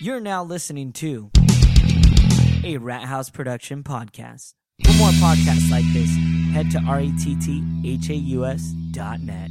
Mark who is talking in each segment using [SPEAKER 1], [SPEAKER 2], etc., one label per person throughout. [SPEAKER 1] You're now listening to a Rat House production podcast. For more podcasts like this, head to E rettathaus dot net.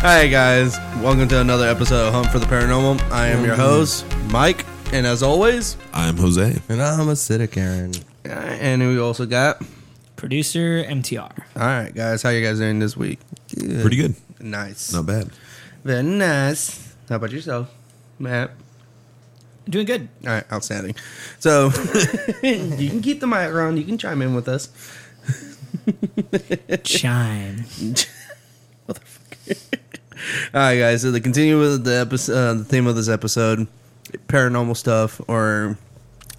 [SPEAKER 2] Hi guys, welcome to another episode of Hunt for the Paranormal. I am your host, Mike, and as always,
[SPEAKER 3] I'm Jose.
[SPEAKER 2] and I'm acidic Aaron. And we also got.
[SPEAKER 1] Producer MTR.
[SPEAKER 2] All right, guys, how you guys doing this week?
[SPEAKER 3] Pretty good.
[SPEAKER 2] Nice,
[SPEAKER 3] Not bad.
[SPEAKER 2] very nice. How about yourself, Matt?
[SPEAKER 1] Doing good.
[SPEAKER 2] All right, outstanding. So you can keep the mic on. You can chime in with us.
[SPEAKER 1] Chime.
[SPEAKER 2] All right, guys. So to continue with the episode, uh, the theme of this episode, paranormal stuff or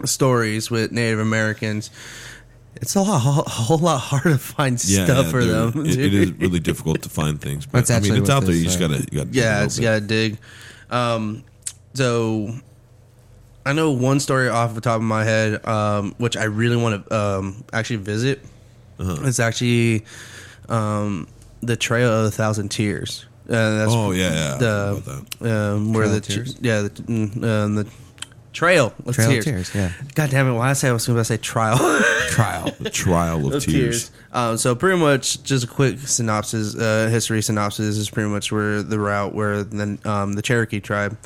[SPEAKER 2] stories with Native Americans. It's a, lot, a whole lot harder to find stuff for
[SPEAKER 3] dude.
[SPEAKER 2] them.
[SPEAKER 3] It, it
[SPEAKER 2] dude.
[SPEAKER 3] is really difficult to find things, but
[SPEAKER 4] That's
[SPEAKER 3] I mean,
[SPEAKER 4] actually
[SPEAKER 3] it's
[SPEAKER 4] what
[SPEAKER 3] out there.
[SPEAKER 4] they
[SPEAKER 3] You just
[SPEAKER 4] say.
[SPEAKER 3] gotta, you gotta
[SPEAKER 2] yeah,
[SPEAKER 3] a
[SPEAKER 2] it's
[SPEAKER 3] little
[SPEAKER 2] got to dig. Um, so I know one story off the top of my head, um, which I really want to um, actually visit.
[SPEAKER 3] Uh-huh.
[SPEAKER 2] It's actually um, the Trail of a Thousand Tears. Uh, that's
[SPEAKER 3] Oh, yeah, yeah. I forgot
[SPEAKER 2] the
[SPEAKER 3] about
[SPEAKER 2] um, where
[SPEAKER 4] Trail
[SPEAKER 2] the
[SPEAKER 4] of Tears?
[SPEAKER 2] yeah the, mm, um, the trail of
[SPEAKER 4] Trail
[SPEAKER 2] tears.
[SPEAKER 4] of Tears, yeah.
[SPEAKER 2] God damn it! Why I say I was going to say trial.
[SPEAKER 4] Trial.
[SPEAKER 3] The trial of,
[SPEAKER 2] of
[SPEAKER 3] tears.
[SPEAKER 2] tears. Um, so pretty much just a quick synopsis, uh, history synopsis is pretty much where the route where the um, the Cherokee tribe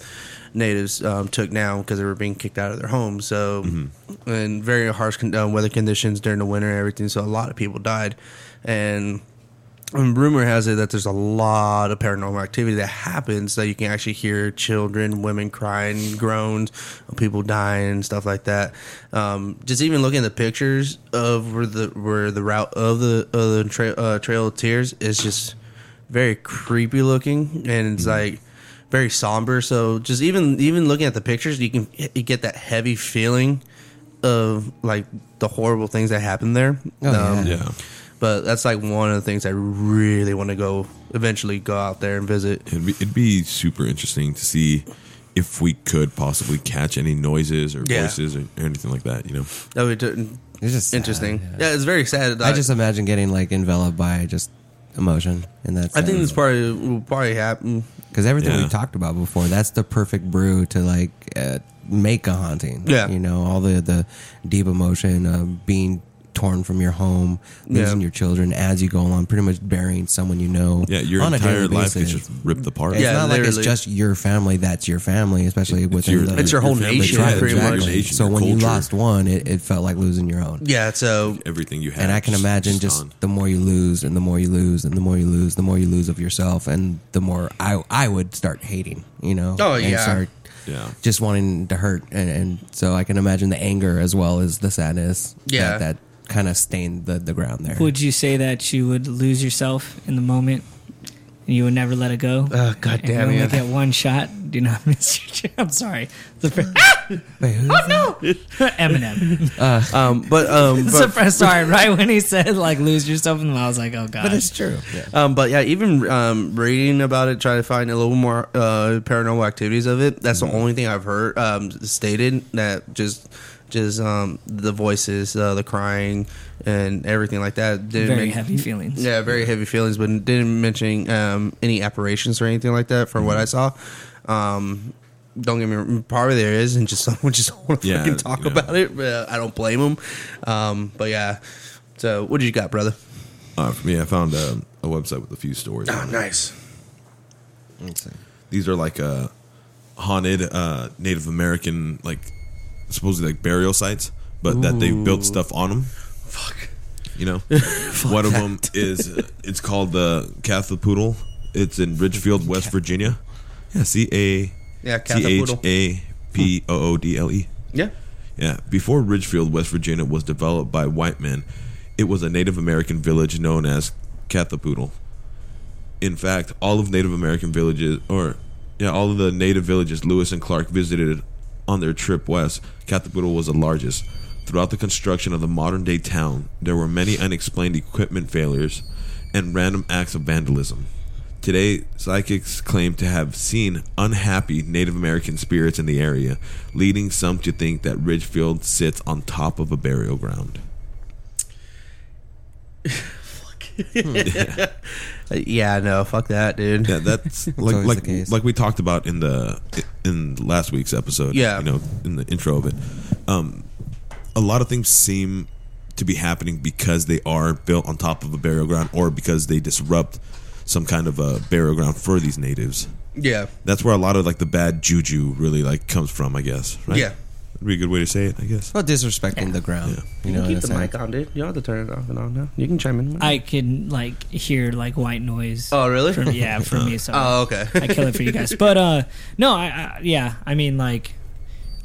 [SPEAKER 2] natives um, took now because they were being kicked out of their homes. So and very harsh con- uh, weather conditions during the winter and everything. So a lot of people died, and. And rumor has it that there's a lot of paranormal activity that happens that you can actually hear children, women crying, groans, people dying, and stuff like that. Um, just even looking at the pictures of where the where the route of the of the tra- uh, trail of tears is just very creepy looking, and it's
[SPEAKER 4] Mm-hmm.
[SPEAKER 2] like very somber. So just even even looking at the pictures, you can you get that heavy feeling of like the horrible things that happened there. Um,
[SPEAKER 4] Oh, yeah.
[SPEAKER 3] Yeah.
[SPEAKER 2] But that's like one of the things I really want to go eventually go out there and visit.
[SPEAKER 3] It'd be, it'd be super interesting to see if we could possibly catch any noises or
[SPEAKER 2] Yeah.
[SPEAKER 3] voices or, or anything like that. You know,
[SPEAKER 2] That would be
[SPEAKER 4] It's just sad,
[SPEAKER 2] interesting.
[SPEAKER 4] yeah.
[SPEAKER 2] yeah. it's very sad.
[SPEAKER 4] I just imagine getting like enveloped by just emotion, and that's.
[SPEAKER 2] I think this probably will probably happen.
[SPEAKER 4] because everything
[SPEAKER 3] Yeah.
[SPEAKER 4] we talked about before, that's the perfect brew to like uh, make a haunting.
[SPEAKER 2] Yeah.
[SPEAKER 4] you know all the the deep emotion of being torn from your home, losing
[SPEAKER 2] Yeah.
[SPEAKER 4] your children as you go along, pretty much burying someone you know.
[SPEAKER 3] yeah, your
[SPEAKER 4] on a
[SPEAKER 3] entire
[SPEAKER 4] daily
[SPEAKER 3] life is
[SPEAKER 4] basis.
[SPEAKER 3] just ripped apart.
[SPEAKER 4] It's
[SPEAKER 2] Yeah,
[SPEAKER 4] not like it's
[SPEAKER 2] literally.
[SPEAKER 4] just your family. That's your family, especially
[SPEAKER 3] it's
[SPEAKER 4] within
[SPEAKER 3] your,
[SPEAKER 4] the.
[SPEAKER 2] It's your whole
[SPEAKER 3] family,
[SPEAKER 2] nation,
[SPEAKER 3] yeah,
[SPEAKER 2] pretty
[SPEAKER 3] it's your
[SPEAKER 2] much.
[SPEAKER 3] nation,
[SPEAKER 4] so
[SPEAKER 3] your
[SPEAKER 4] when you
[SPEAKER 3] culture,
[SPEAKER 4] lost one, it, it felt like losing your own.
[SPEAKER 2] Yeah, so
[SPEAKER 3] everything you had,
[SPEAKER 4] and I can
[SPEAKER 3] just-
[SPEAKER 4] imagine
[SPEAKER 3] just
[SPEAKER 4] just
[SPEAKER 3] gone.
[SPEAKER 4] the more you lose and the more you lose and the more you lose, the more you lose of yourself, and the more I I would start hating, you know.
[SPEAKER 2] Oh,
[SPEAKER 4] and
[SPEAKER 2] yeah.
[SPEAKER 4] start
[SPEAKER 3] yeah.
[SPEAKER 4] just wanting to hurt, and, and so I can imagine the anger as well as the sadness.
[SPEAKER 2] Yeah.
[SPEAKER 4] that, that kind of stained the, the ground there.
[SPEAKER 5] Would you say that you would lose yourself in the moment? and You would never let it go.
[SPEAKER 2] Oh, God
[SPEAKER 5] and
[SPEAKER 2] damn
[SPEAKER 5] you
[SPEAKER 2] it.
[SPEAKER 5] only get one shot. Do not miss your chance. I'm sorry. The fr-
[SPEAKER 4] Wait, who's
[SPEAKER 5] no, Eminem.
[SPEAKER 2] um, but um,
[SPEAKER 5] so,
[SPEAKER 2] but,
[SPEAKER 5] fr- sorry, right when he said like lose yourself, and I was like, oh god.
[SPEAKER 4] But it's true. Yeah.
[SPEAKER 2] um, but yeah, even um, reading about it, trying to find a little more uh, paranormal activities of it. That's
[SPEAKER 4] Mm-hmm.
[SPEAKER 2] the only thing I've heard um, stated that just just um, the voices, uh, the crying, and everything like that. didn't
[SPEAKER 5] Very
[SPEAKER 2] make-
[SPEAKER 5] heavy feelings.
[SPEAKER 2] Yeah, very heavy feelings, but didn't mention um, any apparitions or anything like that from what I saw. Um, don't get me probably there is, and just someone just don't want to
[SPEAKER 3] Yeah,
[SPEAKER 2] fucking talk
[SPEAKER 3] yeah.
[SPEAKER 2] about it. But I don't blame them. Um, but yeah, so what did you got, brother?
[SPEAKER 3] Uh, for me, I found um, a website with a few stories. on it.
[SPEAKER 4] Ah,
[SPEAKER 2] nice.
[SPEAKER 4] Let's see.
[SPEAKER 3] these are like uh, haunted uh, Native American like supposedly like burial sites, but that they built stuff on them.
[SPEAKER 2] Fuck.
[SPEAKER 3] You know, one of them is uh, it's called the Cathapoodle. It's in Ridgefield, West Virginia. Yeah, C A
[SPEAKER 2] Yeah,
[SPEAKER 3] C H
[SPEAKER 2] Cathapoodle.
[SPEAKER 3] A P O O D L E.
[SPEAKER 2] Yeah.
[SPEAKER 3] Yeah, before Ridgefield, West Virginia was developed by white men, it was a Native American village known as Cathapoodle. In fact, all of Native American villages, or Yeah, all of the native villages Lewis and Clark visited on their trip west, Cathapoodle was the largest. Throughout the construction of the modern day town, there were many unexplained equipment failures and random acts of vandalism. Today, psychics claim to have seen unhappy Native American spirits in the area, leading some to think that Ridgefield sits on top of a burial ground.
[SPEAKER 2] Uh, yeah, no, fuck that, dude.
[SPEAKER 3] Yeah, that's like
[SPEAKER 4] always
[SPEAKER 3] like,
[SPEAKER 4] the case.
[SPEAKER 3] like we talked about in the in last week's episode.
[SPEAKER 2] Yeah.
[SPEAKER 3] you know, in the intro of it, um, a lot of things seem to be happening because they are built on top of a burial ground, or because they disrupt some kind of a burial ground for these natives.
[SPEAKER 2] Yeah,
[SPEAKER 3] That's where a lot of like the bad juju really like comes from, I guess. Right?
[SPEAKER 2] Yeah.
[SPEAKER 3] would be a good way to say it, I guess.
[SPEAKER 4] Well, disrespecting the ground.
[SPEAKER 2] you
[SPEAKER 4] You
[SPEAKER 2] can
[SPEAKER 4] know what I'm
[SPEAKER 2] keep the
[SPEAKER 4] saying?
[SPEAKER 2] mic on, dude. You don't have to turn it off and on now. You can chime in.
[SPEAKER 5] I can like hear like white noise.
[SPEAKER 2] oh, really?
[SPEAKER 5] from, yeah, from me. So
[SPEAKER 2] oh, okay.
[SPEAKER 5] I kill it for you guys. But uh, no, I, I yeah, I mean like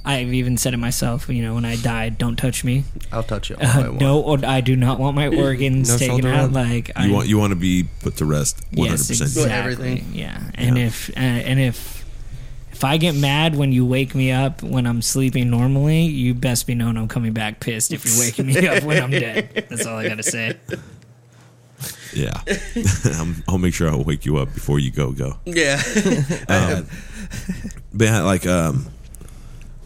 [SPEAKER 5] I've even said it myself. You know, when I die, don't touch me.
[SPEAKER 2] I'll touch you all I
[SPEAKER 5] Uh,
[SPEAKER 2] want.
[SPEAKER 5] no, or I do not want my organs
[SPEAKER 4] No
[SPEAKER 5] taken
[SPEAKER 4] shoulder
[SPEAKER 5] out.
[SPEAKER 4] rub?
[SPEAKER 5] Like I
[SPEAKER 3] You want you want to be put to rest one hundred
[SPEAKER 5] yes,
[SPEAKER 3] percent.
[SPEAKER 2] Well,
[SPEAKER 5] exactly.
[SPEAKER 2] everything.
[SPEAKER 5] Yeah, and if uh, and if. If I get mad when you wake me up when I'm sleeping normally, you best be known I'm coming back pissed if you're waking me up when I'm dead. That's all I gotta say.
[SPEAKER 3] Yeah, I'm- I'll make sure I'll wake you up before you go go.
[SPEAKER 2] Yeah.
[SPEAKER 3] But yeah, like, um,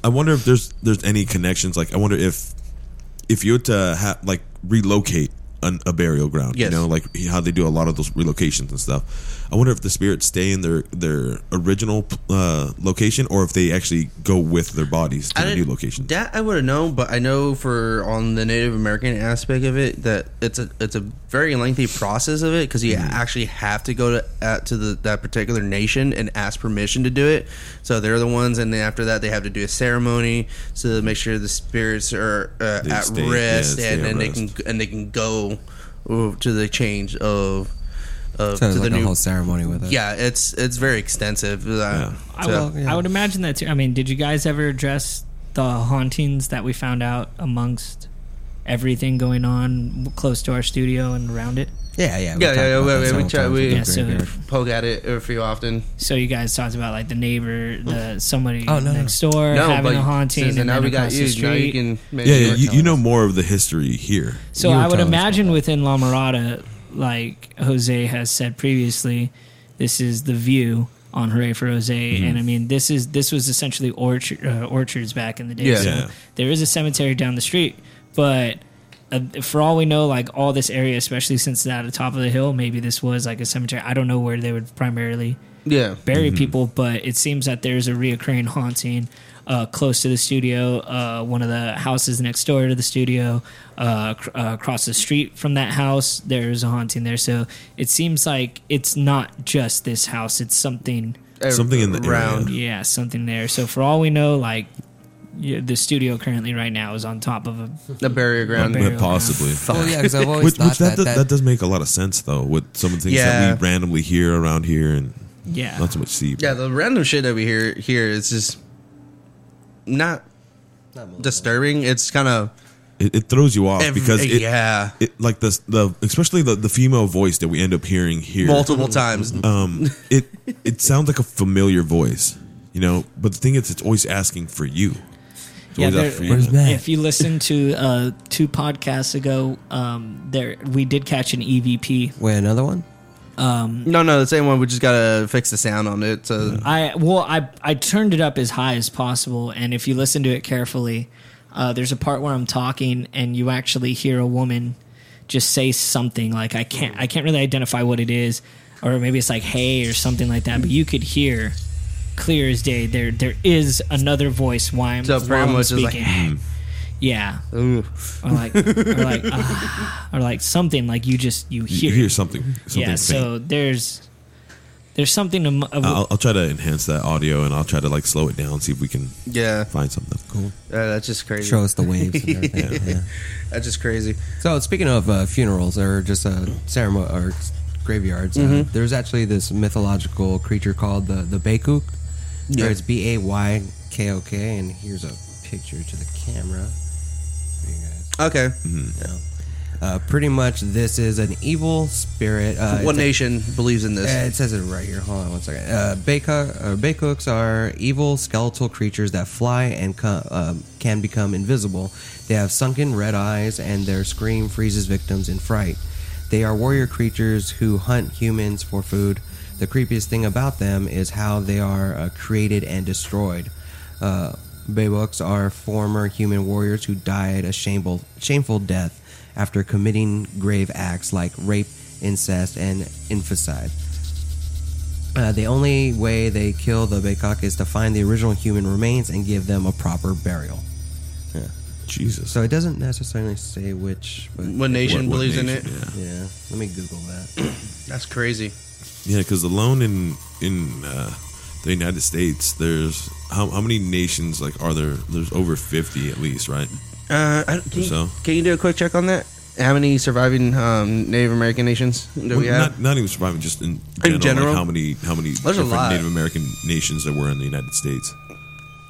[SPEAKER 3] I wonder if there's there's any connections. Like, I wonder if if you were to ha- like relocate an, a burial ground,
[SPEAKER 2] Yes.
[SPEAKER 3] you know, like how they do a lot of those relocations and stuff. I wonder if the spirits stay in their their original uh, location or if they actually go with their bodies to
[SPEAKER 2] I
[SPEAKER 3] the new
[SPEAKER 2] didn't-
[SPEAKER 3] location.
[SPEAKER 2] That I would have known, but I know for on the Native American aspect of it that it's a it's a very lengthy process of it because you
[SPEAKER 3] Mm-hmm.
[SPEAKER 2] actually have to go to uh, to the, that particular nation and ask permission to do it. So they're the ones, and then after that they have to do a ceremony to make sure the spirits are uh,
[SPEAKER 3] They
[SPEAKER 2] at
[SPEAKER 3] stay-
[SPEAKER 2] rest,
[SPEAKER 3] yeah, stay
[SPEAKER 2] and
[SPEAKER 3] at
[SPEAKER 2] then they
[SPEAKER 3] rest.
[SPEAKER 2] can and they can go uh, to the change of. of to
[SPEAKER 4] Sounds
[SPEAKER 2] the
[SPEAKER 4] like a
[SPEAKER 2] new,
[SPEAKER 4] whole ceremony with it.
[SPEAKER 2] yeah, it's it's very extensive. Uh,
[SPEAKER 5] I,
[SPEAKER 2] so-
[SPEAKER 5] will, I would imagine that too. I mean, did you guys ever address the hauntings that we found out amongst everything going on close to our studio and around it?
[SPEAKER 4] yeah, yeah.
[SPEAKER 2] Yeah, yeah,
[SPEAKER 4] talked
[SPEAKER 2] yeah,
[SPEAKER 4] about
[SPEAKER 2] we-
[SPEAKER 4] that
[SPEAKER 2] we
[SPEAKER 4] several
[SPEAKER 2] try-
[SPEAKER 4] times.
[SPEAKER 2] we-
[SPEAKER 4] It's
[SPEAKER 5] Yeah, so
[SPEAKER 4] very good.
[SPEAKER 5] if-
[SPEAKER 2] poke at it a few often.
[SPEAKER 5] So you guys talked about like the neighbor, the somebody
[SPEAKER 4] Oh, no, no.
[SPEAKER 5] next door having a haunting,
[SPEAKER 2] since
[SPEAKER 5] and
[SPEAKER 2] now
[SPEAKER 5] then
[SPEAKER 2] we
[SPEAKER 5] across
[SPEAKER 2] got you.
[SPEAKER 5] the
[SPEAKER 2] Now you
[SPEAKER 5] street.
[SPEAKER 2] can make
[SPEAKER 3] yeah,
[SPEAKER 2] it
[SPEAKER 3] yeah
[SPEAKER 2] work
[SPEAKER 3] you,
[SPEAKER 2] out.
[SPEAKER 3] you know more of the history here.
[SPEAKER 5] so
[SPEAKER 4] You were
[SPEAKER 5] I would
[SPEAKER 4] telling us
[SPEAKER 5] imagine within La Mirada, like Jose has said previously, this is the view on Hooray for Jose,
[SPEAKER 2] Mm-hmm.
[SPEAKER 5] and I mean this is this was essentially orchard, uh, orchards back in the day.
[SPEAKER 2] Yeah.
[SPEAKER 5] So
[SPEAKER 3] Yeah.
[SPEAKER 5] there is a cemetery down the street, but. Uh, for all we know, like all this area, especially since it's at the top of the hill, maybe this was like a cemetery. I don't know where they would primarily
[SPEAKER 2] Yeah.
[SPEAKER 5] bury people, but it seems that there's a reoccurring haunting uh, close to the studio, uh, one of the houses next door to the studio, uh, cr- uh, across the street from that house. There's a haunting there, so it seems like it's not just this house; it's something,
[SPEAKER 3] Something in the area.
[SPEAKER 2] round.
[SPEAKER 5] yeah, something there. So for all we know, like yeah, the studio currently right now is on top of a
[SPEAKER 2] The burial ground. Oh,
[SPEAKER 5] Burial ground.
[SPEAKER 3] possibly.
[SPEAKER 4] Well, yeah, because I've always
[SPEAKER 3] Which,
[SPEAKER 4] thought
[SPEAKER 3] which that,
[SPEAKER 4] that,
[SPEAKER 3] does, that, does make a lot of sense though with some of the things
[SPEAKER 2] Yeah.
[SPEAKER 3] that we randomly hear around here and
[SPEAKER 5] yeah.
[SPEAKER 3] not so much see. but-
[SPEAKER 2] Yeah, the random shit that we hear here is just not disturbing. It's kind of
[SPEAKER 3] it, it throws you off
[SPEAKER 2] Ev-
[SPEAKER 3] Oh, because it,
[SPEAKER 2] yeah.
[SPEAKER 3] it like the the especially the the female voice that we end up hearing here.
[SPEAKER 2] multiple times.
[SPEAKER 3] Um, it it sounds like a familiar voice, you know. But the thing is, it's always asking for you. It's
[SPEAKER 5] Yeah,
[SPEAKER 3] always
[SPEAKER 5] there-
[SPEAKER 3] asking for you.
[SPEAKER 4] Where's Matt?
[SPEAKER 5] If you listen to uh, two podcasts ago, um, there we did catch an E EVP.
[SPEAKER 4] Wait, another one?
[SPEAKER 2] no, no, the same one. We just gotta fix the sound on it. So
[SPEAKER 5] I well, I I turned it up as high as possible, and if you listen to it carefully, uh, there's a part where I'm talking, and you actually hear a woman just say something like I can't I can't really identify what it is, or maybe it's like hey or something like that, but you could hear clear as day there there is another voice why I'm
[SPEAKER 2] So
[SPEAKER 5] while
[SPEAKER 2] pretty
[SPEAKER 5] I'm
[SPEAKER 2] much it's like,
[SPEAKER 5] speaking. yeah
[SPEAKER 2] ooh.
[SPEAKER 5] or like or like ah, or like something like you just you
[SPEAKER 3] You
[SPEAKER 5] hear,
[SPEAKER 3] hear
[SPEAKER 5] it.
[SPEAKER 3] something. something
[SPEAKER 5] yeah
[SPEAKER 3] faint.
[SPEAKER 5] so there's there's something am- of,
[SPEAKER 3] I'll, I'll try to enhance that audio and I'll try to like slow it down, see if we can
[SPEAKER 2] yeah,
[SPEAKER 3] find something. Cool.
[SPEAKER 2] Uh, that's just crazy.
[SPEAKER 4] Show us the waves and everything. yeah.
[SPEAKER 2] That's just crazy.
[SPEAKER 4] So speaking of uh, funerals or just uh, ceremony or s- graveyards, uh,
[SPEAKER 2] Mm-hmm.
[SPEAKER 4] there's actually this mythological creature called the the Baykuk.
[SPEAKER 2] Yeah.
[SPEAKER 4] Or it's B A Y K O K, and here's a picture to the camera. For you guys.
[SPEAKER 2] Okay,
[SPEAKER 4] you know. Uh, pretty much, this is an evil spirit. Uh,
[SPEAKER 2] One
[SPEAKER 4] it's a-
[SPEAKER 2] Nation believes in this.
[SPEAKER 4] uh, it says it right here. Hold on one second. Uh, Baycock, uh, Baycooks are evil skeletal creatures that fly and co- um, can become invisible. They have sunken red eyes, and their scream freezes victims in fright. They are warrior creatures who hunt humans for food. The creepiest thing about them is how they are uh, created and destroyed. Uh, Baybucks are former human warriors who died a shameful, shameful death after committing grave acts like rape, incest, and infanticide. Uh, the only way they kill the Baycock is to find the original human remains and give them a proper burial.
[SPEAKER 3] Jesus.
[SPEAKER 4] So it doesn't necessarily say which, but
[SPEAKER 2] One Nation
[SPEAKER 3] What- what
[SPEAKER 2] believes in it.
[SPEAKER 3] nation? Yeah.
[SPEAKER 4] yeah, let me Google that.
[SPEAKER 2] That's crazy.
[SPEAKER 3] Yeah, because alone in in uh, the United States, there's how, how many nations like are there? There's over fifty at least, right?
[SPEAKER 2] Uh, I, can, you,
[SPEAKER 3] So?
[SPEAKER 2] can you do a quick check on that? How many surviving um, Native American nations do we
[SPEAKER 3] Well,
[SPEAKER 2] have?
[SPEAKER 3] Not, not even surviving, just in general. like,
[SPEAKER 2] general?
[SPEAKER 3] how many how many
[SPEAKER 2] a
[SPEAKER 3] different
[SPEAKER 2] lot.
[SPEAKER 3] Native American nations there were in the United States?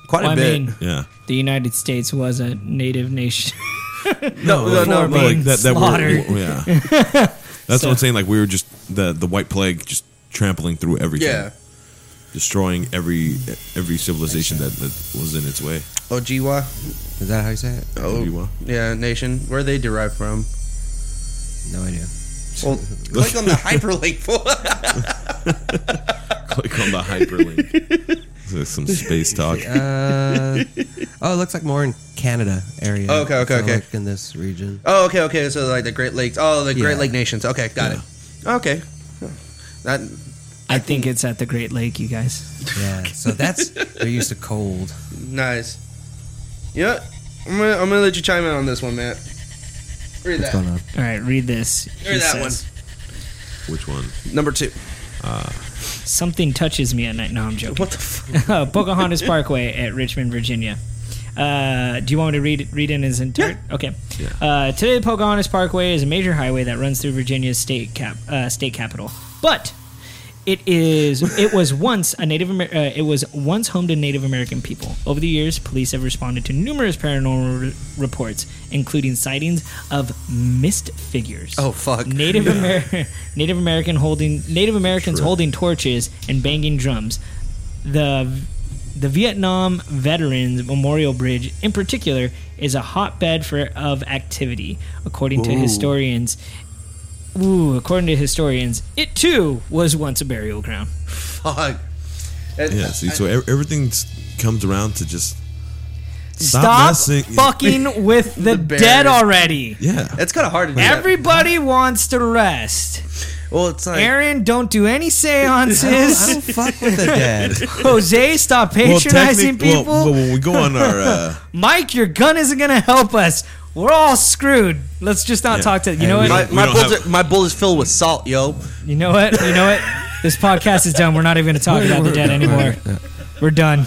[SPEAKER 2] Quite
[SPEAKER 5] Well, I
[SPEAKER 2] a bit.
[SPEAKER 5] mean,
[SPEAKER 3] Yeah,
[SPEAKER 5] the United States was a native nation.
[SPEAKER 2] no, no, no, but
[SPEAKER 5] before being
[SPEAKER 2] like,
[SPEAKER 3] that, that
[SPEAKER 5] slaughtered.
[SPEAKER 3] were yeah. That's what I'm saying. Like we were just the the White Plague, just trampling through everything,
[SPEAKER 2] yeah.
[SPEAKER 3] destroying every every civilization that, that was in its way.
[SPEAKER 2] Oh, Ojiwa.
[SPEAKER 4] Is that how you say it?
[SPEAKER 2] Oh,
[SPEAKER 3] Ojiwa.
[SPEAKER 2] yeah, nation. Where are they derived from?
[SPEAKER 4] No idea.
[SPEAKER 2] Well, click on the hyperlink. fool.
[SPEAKER 3] Click on the hyperlink. There's some space talk.
[SPEAKER 4] Uh, oh, it looks like more in Canada area.
[SPEAKER 2] Oh, Okay, okay,
[SPEAKER 4] So,
[SPEAKER 2] okay.
[SPEAKER 4] Like in this region.
[SPEAKER 2] oh, okay, okay. So like the Great Lakes. Oh, the Great
[SPEAKER 4] Yeah.
[SPEAKER 2] Lake nations. Okay, got it. Okay. That
[SPEAKER 5] I think it's at the Great Lake, you guys.
[SPEAKER 4] Yeah. So that's they're used to cold.
[SPEAKER 2] nice. Yep. I'm gonna, I'm gonna let you chime in on this one, Matt. Read that.
[SPEAKER 4] What's going on?
[SPEAKER 5] All right, read this.
[SPEAKER 2] Read
[SPEAKER 5] He
[SPEAKER 2] that
[SPEAKER 5] says,
[SPEAKER 3] Which one?
[SPEAKER 2] Number two.
[SPEAKER 5] Something touches me at night. No, I'm joking.
[SPEAKER 2] What the? F-
[SPEAKER 5] Uh, Pocahontas Parkway at Richmond, Virginia. Uh, do you want me to read read in his entirety? Okay. Uh, today, Pocahontas Parkway is a major highway that runs through Virginia's state cap uh, state capital, but it is it was once a Native Amer- uh, it was once home to Native American people. Over the years, police have responded to numerous paranormal re- reports, including sightings of mist figures.
[SPEAKER 2] Oh, fuck.
[SPEAKER 5] Native Amer- Native American holding Native Americans holding torches and banging drums. The the Vietnam Veterans Memorial Bridge, in particular, is a hotbed for of activity, according to historians. Ooh, according to historians, it too was once a burial ground.
[SPEAKER 2] Fuck. It-
[SPEAKER 3] Yeah. See, so ev- everything comes around to just
[SPEAKER 5] Stop,
[SPEAKER 3] messing-
[SPEAKER 5] fucking with the,
[SPEAKER 2] bears.
[SPEAKER 5] dead already.
[SPEAKER 3] yeah.
[SPEAKER 2] It's kind of hard to do. that.
[SPEAKER 5] Everybody wants to rest.
[SPEAKER 2] well, it's like
[SPEAKER 5] Aaron, don't do any
[SPEAKER 4] I
[SPEAKER 5] seances.
[SPEAKER 4] don't fuck with the dead.
[SPEAKER 5] Jose, stop patronizing
[SPEAKER 3] technic- well, Well,
[SPEAKER 5] people.
[SPEAKER 3] when we go on our uh,
[SPEAKER 5] Mike, your gun isn't gonna help us. We're all screwed. Let's just not
[SPEAKER 3] Yeah.
[SPEAKER 5] talk to you
[SPEAKER 4] Hey,
[SPEAKER 5] know
[SPEAKER 4] we
[SPEAKER 5] what
[SPEAKER 2] my,
[SPEAKER 3] don't- we
[SPEAKER 2] my
[SPEAKER 3] don't
[SPEAKER 2] bull's
[SPEAKER 3] have-
[SPEAKER 2] my bull is filled with salt, yo.
[SPEAKER 5] you know what you know what. This podcast is done. We're not even gonna talk about the dead anymore. We're done.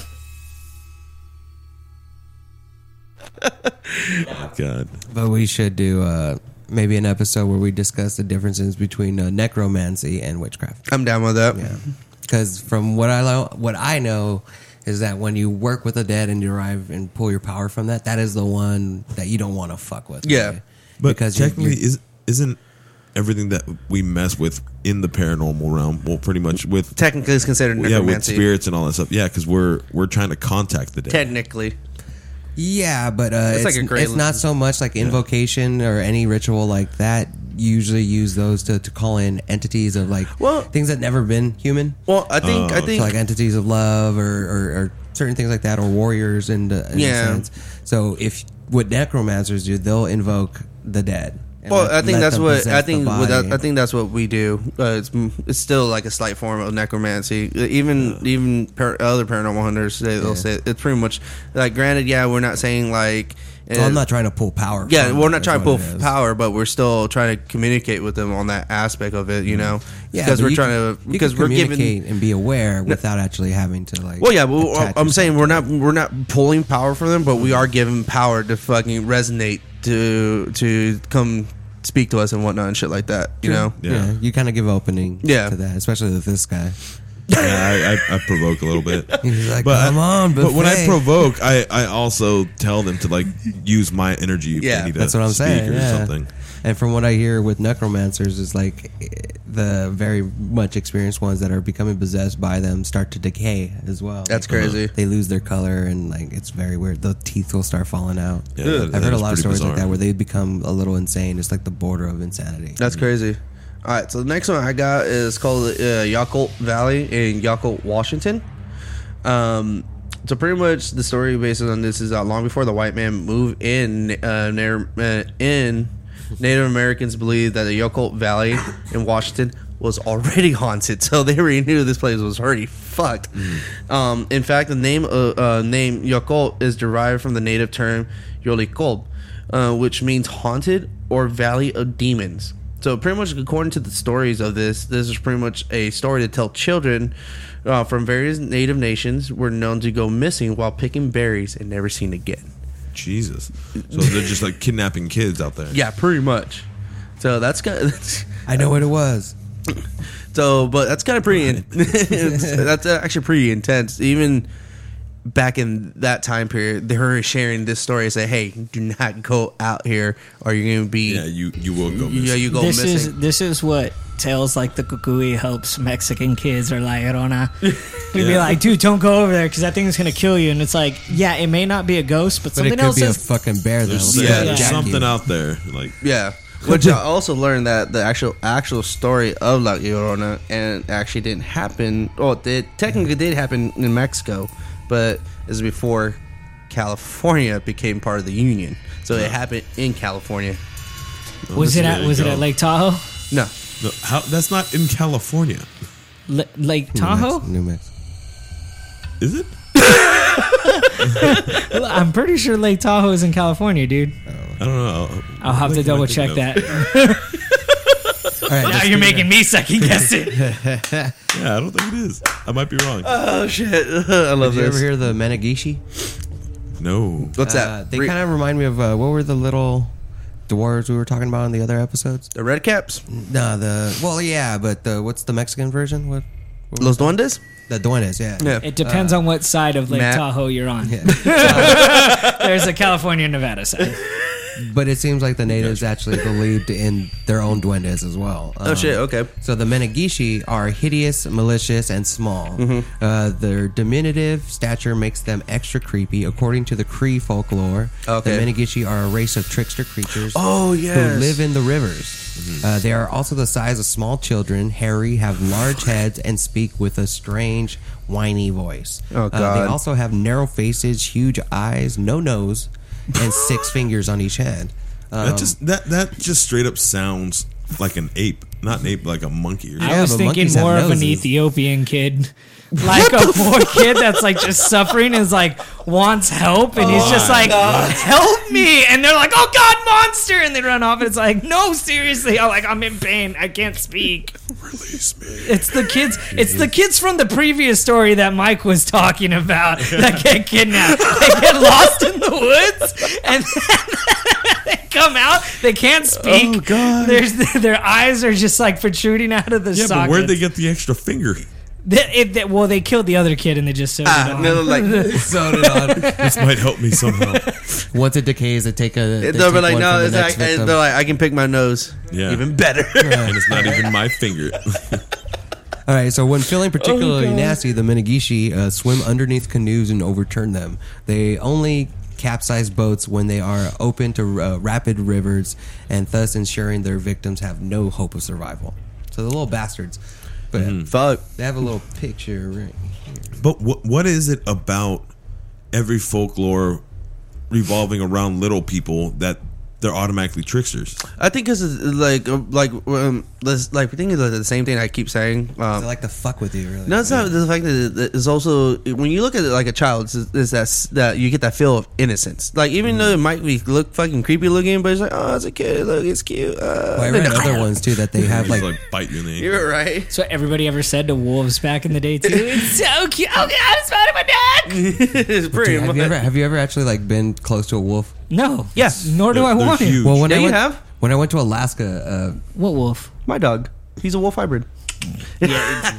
[SPEAKER 3] God.
[SPEAKER 4] But we should do uh, maybe an episode where we discuss the differences between uh, necromancy and witchcraft.
[SPEAKER 2] I'm down with that.
[SPEAKER 4] Yeah, because from what I lo- what I know is that when you work with the dead and derive and pull your power from that, that is the one that you don't want to fuck with.
[SPEAKER 2] Yeah.
[SPEAKER 4] right?
[SPEAKER 3] But
[SPEAKER 4] you're-
[SPEAKER 3] technically,
[SPEAKER 4] you're-
[SPEAKER 3] is isn't everything that we mess with in the paranormal realm? Well, pretty much with
[SPEAKER 2] Technically, it's considered
[SPEAKER 3] yeah, with
[SPEAKER 2] necromancy.
[SPEAKER 3] spirits and all that stuff. Yeah, because we're we're trying to contact the dead.
[SPEAKER 2] Technically,
[SPEAKER 4] yeah, but uh,
[SPEAKER 2] It's
[SPEAKER 4] it's,
[SPEAKER 2] like a gray
[SPEAKER 4] it's not so much like invocation or any ritual like that. Usually use those to, to call in entities of like
[SPEAKER 2] Well-
[SPEAKER 4] things that never been human.
[SPEAKER 2] well, I think
[SPEAKER 3] Uh,
[SPEAKER 2] I think
[SPEAKER 4] So, like entities of love or, or, or certain things like that or warriors in, the, in
[SPEAKER 2] Yeah.
[SPEAKER 4] a sense. So if what necromancers do, they'll invoke the dead. and
[SPEAKER 2] Well,
[SPEAKER 4] let-
[SPEAKER 2] I think
[SPEAKER 4] let
[SPEAKER 2] that's
[SPEAKER 4] them
[SPEAKER 2] what
[SPEAKER 4] possess
[SPEAKER 2] I
[SPEAKER 4] the
[SPEAKER 2] think.
[SPEAKER 4] body.
[SPEAKER 2] Without, I think that's what we do. Uh, it's it's still like a slight form of necromancy. Even even par- other paranormal hunters, they, they'll say
[SPEAKER 4] Yeah.
[SPEAKER 2] it's pretty much like. Granted, yeah, we're not saying like.
[SPEAKER 4] Well,
[SPEAKER 2] uh,
[SPEAKER 4] I'm not trying to pull power.
[SPEAKER 2] Yeah,
[SPEAKER 4] from
[SPEAKER 2] we're
[SPEAKER 4] it,
[SPEAKER 2] not
[SPEAKER 4] is
[SPEAKER 2] trying to pull
[SPEAKER 4] what it is.
[SPEAKER 2] power, but we're still trying to communicate with them on that aspect of it. You know,
[SPEAKER 4] Mm-hmm. Yeah,
[SPEAKER 2] because
[SPEAKER 4] but
[SPEAKER 2] we're
[SPEAKER 4] you
[SPEAKER 2] trying
[SPEAKER 4] can-
[SPEAKER 2] to
[SPEAKER 4] you
[SPEAKER 2] because
[SPEAKER 4] can
[SPEAKER 2] we're
[SPEAKER 4] communicate
[SPEAKER 2] giving.
[SPEAKER 4] and be aware without actually having to like.
[SPEAKER 2] Well, yeah, well,
[SPEAKER 4] attach
[SPEAKER 2] I'm
[SPEAKER 4] yourself.
[SPEAKER 2] saying we're not we're not pulling power from them, but we are giving power to fucking resonate to to come speak to us and whatnot and shit like that. You know.
[SPEAKER 3] Yeah.
[SPEAKER 4] you kind of give opening.
[SPEAKER 2] Yeah.
[SPEAKER 4] to that, especially with this guy.
[SPEAKER 3] Yeah, I, I, I provoke a little bit.
[SPEAKER 4] He's like,
[SPEAKER 3] But
[SPEAKER 4] come
[SPEAKER 3] I,
[SPEAKER 4] on,
[SPEAKER 3] but when I
[SPEAKER 4] buffet."
[SPEAKER 3] provoke, I, I also tell them to like use my energy. If
[SPEAKER 2] Yeah,
[SPEAKER 3] they need to
[SPEAKER 4] That's what I'm
[SPEAKER 3] speak
[SPEAKER 4] saying.
[SPEAKER 3] Or
[SPEAKER 4] yeah.
[SPEAKER 3] something.
[SPEAKER 4] And from what I hear with necromancers, is like eh, the very much experienced ones that are becoming possessed by them start to decay as well.
[SPEAKER 2] That's
[SPEAKER 3] Uh-huh.
[SPEAKER 2] crazy.
[SPEAKER 4] They lose their color and like it's very weird. The teeth will start falling out.
[SPEAKER 3] Yeah,
[SPEAKER 2] Ugh.
[SPEAKER 3] that-
[SPEAKER 4] I've
[SPEAKER 3] that
[SPEAKER 4] heard a
[SPEAKER 3] is
[SPEAKER 4] lot
[SPEAKER 3] pretty
[SPEAKER 4] of stories like
[SPEAKER 3] bizarre.
[SPEAKER 4] that where they become a little insane. It's like the border of insanity.
[SPEAKER 2] That's crazy. All right, so the next one I got is called uh, Yakult Valley in Yakult, Washington. Um, so pretty much the story based on this is that long before the white man moved in, uh, Nar- uh, in Native Americans believed that the Yakult Valley in Washington was already haunted, so they already knew this place was already fucked. Um, in fact, the name uh, uh, name Yakult is derived from the native term Yolikol, uh, which means haunted or valley of demons. So pretty much according to the stories of this, this is pretty much a story to tell children uh, from various native nations were known to go missing while picking berries and never seen again.
[SPEAKER 3] Jesus. So they're just like kidnapping kids out there.
[SPEAKER 2] Yeah, pretty much. So that's kind of,
[SPEAKER 4] I know what it was.
[SPEAKER 2] so, but that's kind of pretty. In, it's- that's actually pretty intense. Even back in that time period, they were sharing this story and say, "Hey, do not go out here, or you're going to be
[SPEAKER 3] Yeah, you you will go. Missing.
[SPEAKER 2] yeah, you go
[SPEAKER 5] this
[SPEAKER 2] missing."
[SPEAKER 5] is this is what tales like the Kukui helps Mexican kids or La Llorona. They'd be
[SPEAKER 3] Yeah.
[SPEAKER 5] like, dude, don't go over there because that thing's gonna kill you. And it's like, yeah, it may not be a ghost, but,
[SPEAKER 4] But
[SPEAKER 5] something
[SPEAKER 4] it could
[SPEAKER 5] else
[SPEAKER 4] be a
[SPEAKER 5] is.
[SPEAKER 4] fucking bear that
[SPEAKER 3] There's,
[SPEAKER 4] will
[SPEAKER 3] yeah,
[SPEAKER 4] jack
[SPEAKER 3] there's
[SPEAKER 4] you.
[SPEAKER 3] something out there. Like
[SPEAKER 2] Yeah. Which I also learned that the actual actual story of La Llorona and actually didn't happen. Well, it did, technically did happen in Mexico, but it's before California became part of the union. So it happened in California.
[SPEAKER 5] was
[SPEAKER 3] this is
[SPEAKER 5] it at
[SPEAKER 3] where
[SPEAKER 5] Was
[SPEAKER 3] you
[SPEAKER 5] it
[SPEAKER 3] go.
[SPEAKER 5] at Lake Tahoe?
[SPEAKER 2] No,
[SPEAKER 3] no, how, that's not in California,
[SPEAKER 5] L- Lake
[SPEAKER 4] New Mex-
[SPEAKER 5] Tahoe?
[SPEAKER 4] New Mexico.
[SPEAKER 3] is it?
[SPEAKER 5] I'm pretty sure Lake Tahoe is in California, dude.
[SPEAKER 3] I don't know.
[SPEAKER 5] I'll have to double check that.
[SPEAKER 4] All right,
[SPEAKER 5] now
[SPEAKER 4] just-
[SPEAKER 5] you're making me second guess it.
[SPEAKER 3] Yeah, I don't think it is. I might be wrong.
[SPEAKER 5] Uh,
[SPEAKER 2] oh shit! I love
[SPEAKER 4] Did you ever
[SPEAKER 2] this.
[SPEAKER 4] hear the Managishi?
[SPEAKER 3] No.
[SPEAKER 2] What's
[SPEAKER 4] Uh,
[SPEAKER 2] that?
[SPEAKER 4] they
[SPEAKER 2] Re-
[SPEAKER 4] kind of remind me of uh, what were the little dwarves we were talking about in the other episodes?
[SPEAKER 2] the red caps,
[SPEAKER 4] No, the well, yeah, but the, what's the Mexican version? What
[SPEAKER 2] los duendes.
[SPEAKER 4] the duendes? Yeah,
[SPEAKER 2] Yeah.
[SPEAKER 5] It depends
[SPEAKER 4] Uh,
[SPEAKER 5] on what side of Lake
[SPEAKER 2] Matt-
[SPEAKER 5] Tahoe you're on. There's a California Nevada side.
[SPEAKER 4] But it seems like the natives actually believed in their own duendes as well. Um,
[SPEAKER 2] Oh shit! Okay.
[SPEAKER 4] So the Menegishi are hideous, malicious, and small.
[SPEAKER 2] Mm-hmm.
[SPEAKER 4] Uh, their diminutive stature makes them extra creepy, according to the Cree folklore.
[SPEAKER 2] Okay.
[SPEAKER 4] The Menegishi are a race of trickster creatures.
[SPEAKER 2] Oh, yes.
[SPEAKER 4] Who live in the rivers.
[SPEAKER 2] Mm-hmm.
[SPEAKER 4] Uh, they are also the size of small children, hairy, have large heads, and speak with a strange, whiny voice.
[SPEAKER 2] Oh,
[SPEAKER 4] Uh, they
[SPEAKER 2] God.
[SPEAKER 4] also have narrow faces, huge eyes, no nose, and six fingers on each hand. Um,
[SPEAKER 3] that just that that just straight up sounds like an ape, not an ape, like a monkey. Or something.
[SPEAKER 5] I was
[SPEAKER 4] but
[SPEAKER 5] thinking
[SPEAKER 4] monkeys have
[SPEAKER 5] more of an
[SPEAKER 4] noses.
[SPEAKER 5] Ethiopian kid. Like a poor kid that's like just suffering is like wants help and he's just like
[SPEAKER 4] Oh,
[SPEAKER 5] help me and they're like oh god monster and they run off and it's like no seriously I'm like I'm in pain I can't speak
[SPEAKER 3] Release me.
[SPEAKER 5] it's the kids it's the kids from the previous story that Mike was talking about that get kidnapped they get lost in the woods and they come out they can't speak
[SPEAKER 3] Oh, God.
[SPEAKER 5] There's, their eyes are just like protruding out of the
[SPEAKER 3] Yeah, but
[SPEAKER 5] sockets.
[SPEAKER 3] where'd they get the extra finger?
[SPEAKER 5] Th- it- th- well, they killed the other kid and they just sewed it
[SPEAKER 2] Ah,
[SPEAKER 5] on.
[SPEAKER 2] no, like no,
[SPEAKER 4] so did I.
[SPEAKER 3] This might help me somehow.
[SPEAKER 4] Once it decays, they take a. They
[SPEAKER 2] they're
[SPEAKER 4] take
[SPEAKER 2] like
[SPEAKER 4] one
[SPEAKER 2] no,
[SPEAKER 4] from the
[SPEAKER 2] it's
[SPEAKER 4] next
[SPEAKER 2] like,
[SPEAKER 4] victim.
[SPEAKER 2] they're like I can pick my nose.
[SPEAKER 3] Yeah.
[SPEAKER 2] Even better.
[SPEAKER 3] and it's not even my finger.
[SPEAKER 4] All right, so when
[SPEAKER 2] Oh,
[SPEAKER 4] feeling particularly nasty, the Minagishi uh, swim underneath canoes and overturn them. They only capsize boats when they are open to uh, rapid rivers, and thus ensuring their victims have no hope of survival. So the little bastards, but
[SPEAKER 2] Fuck.
[SPEAKER 4] they have a little picture. Right?
[SPEAKER 3] But what what is it about every folklore revolving around little people that they're automatically tricksters?
[SPEAKER 2] I think because like uh, like um, this like I think it's like the same thing I keep saying. Um,
[SPEAKER 4] They like to fuck with you, really.
[SPEAKER 2] no, it's not the fact that it- that it's also when you look at it like a child, it's, it's that s- that you get that feel of innocence. Like even though it might be look fucking creepy looking, but it's like oh, it's a kid. Look, it's cute. Uh,
[SPEAKER 4] Well, I read other ones too that they have
[SPEAKER 3] Just like,
[SPEAKER 4] like.
[SPEAKER 3] bite you in the ankle.
[SPEAKER 2] You're right.
[SPEAKER 5] So everybody ever said to wolves back in the day too. It's so cute. Oh god, it's out of my neck.
[SPEAKER 2] it's pretty
[SPEAKER 4] Have
[SPEAKER 2] much.
[SPEAKER 4] you ever have you ever actually like been close to a wolf?
[SPEAKER 5] No.
[SPEAKER 2] Yeah.
[SPEAKER 5] Nor do
[SPEAKER 3] They're-
[SPEAKER 5] I
[SPEAKER 3] they're
[SPEAKER 5] want
[SPEAKER 3] huge.
[SPEAKER 5] it.
[SPEAKER 4] Well, when
[SPEAKER 2] Yeah,
[SPEAKER 4] I
[SPEAKER 2] you
[SPEAKER 4] went,
[SPEAKER 2] have.
[SPEAKER 4] when I went to Alaska, uh,
[SPEAKER 5] What wolf?
[SPEAKER 2] My dog, he's a wolf hybrid.
[SPEAKER 5] Tiniest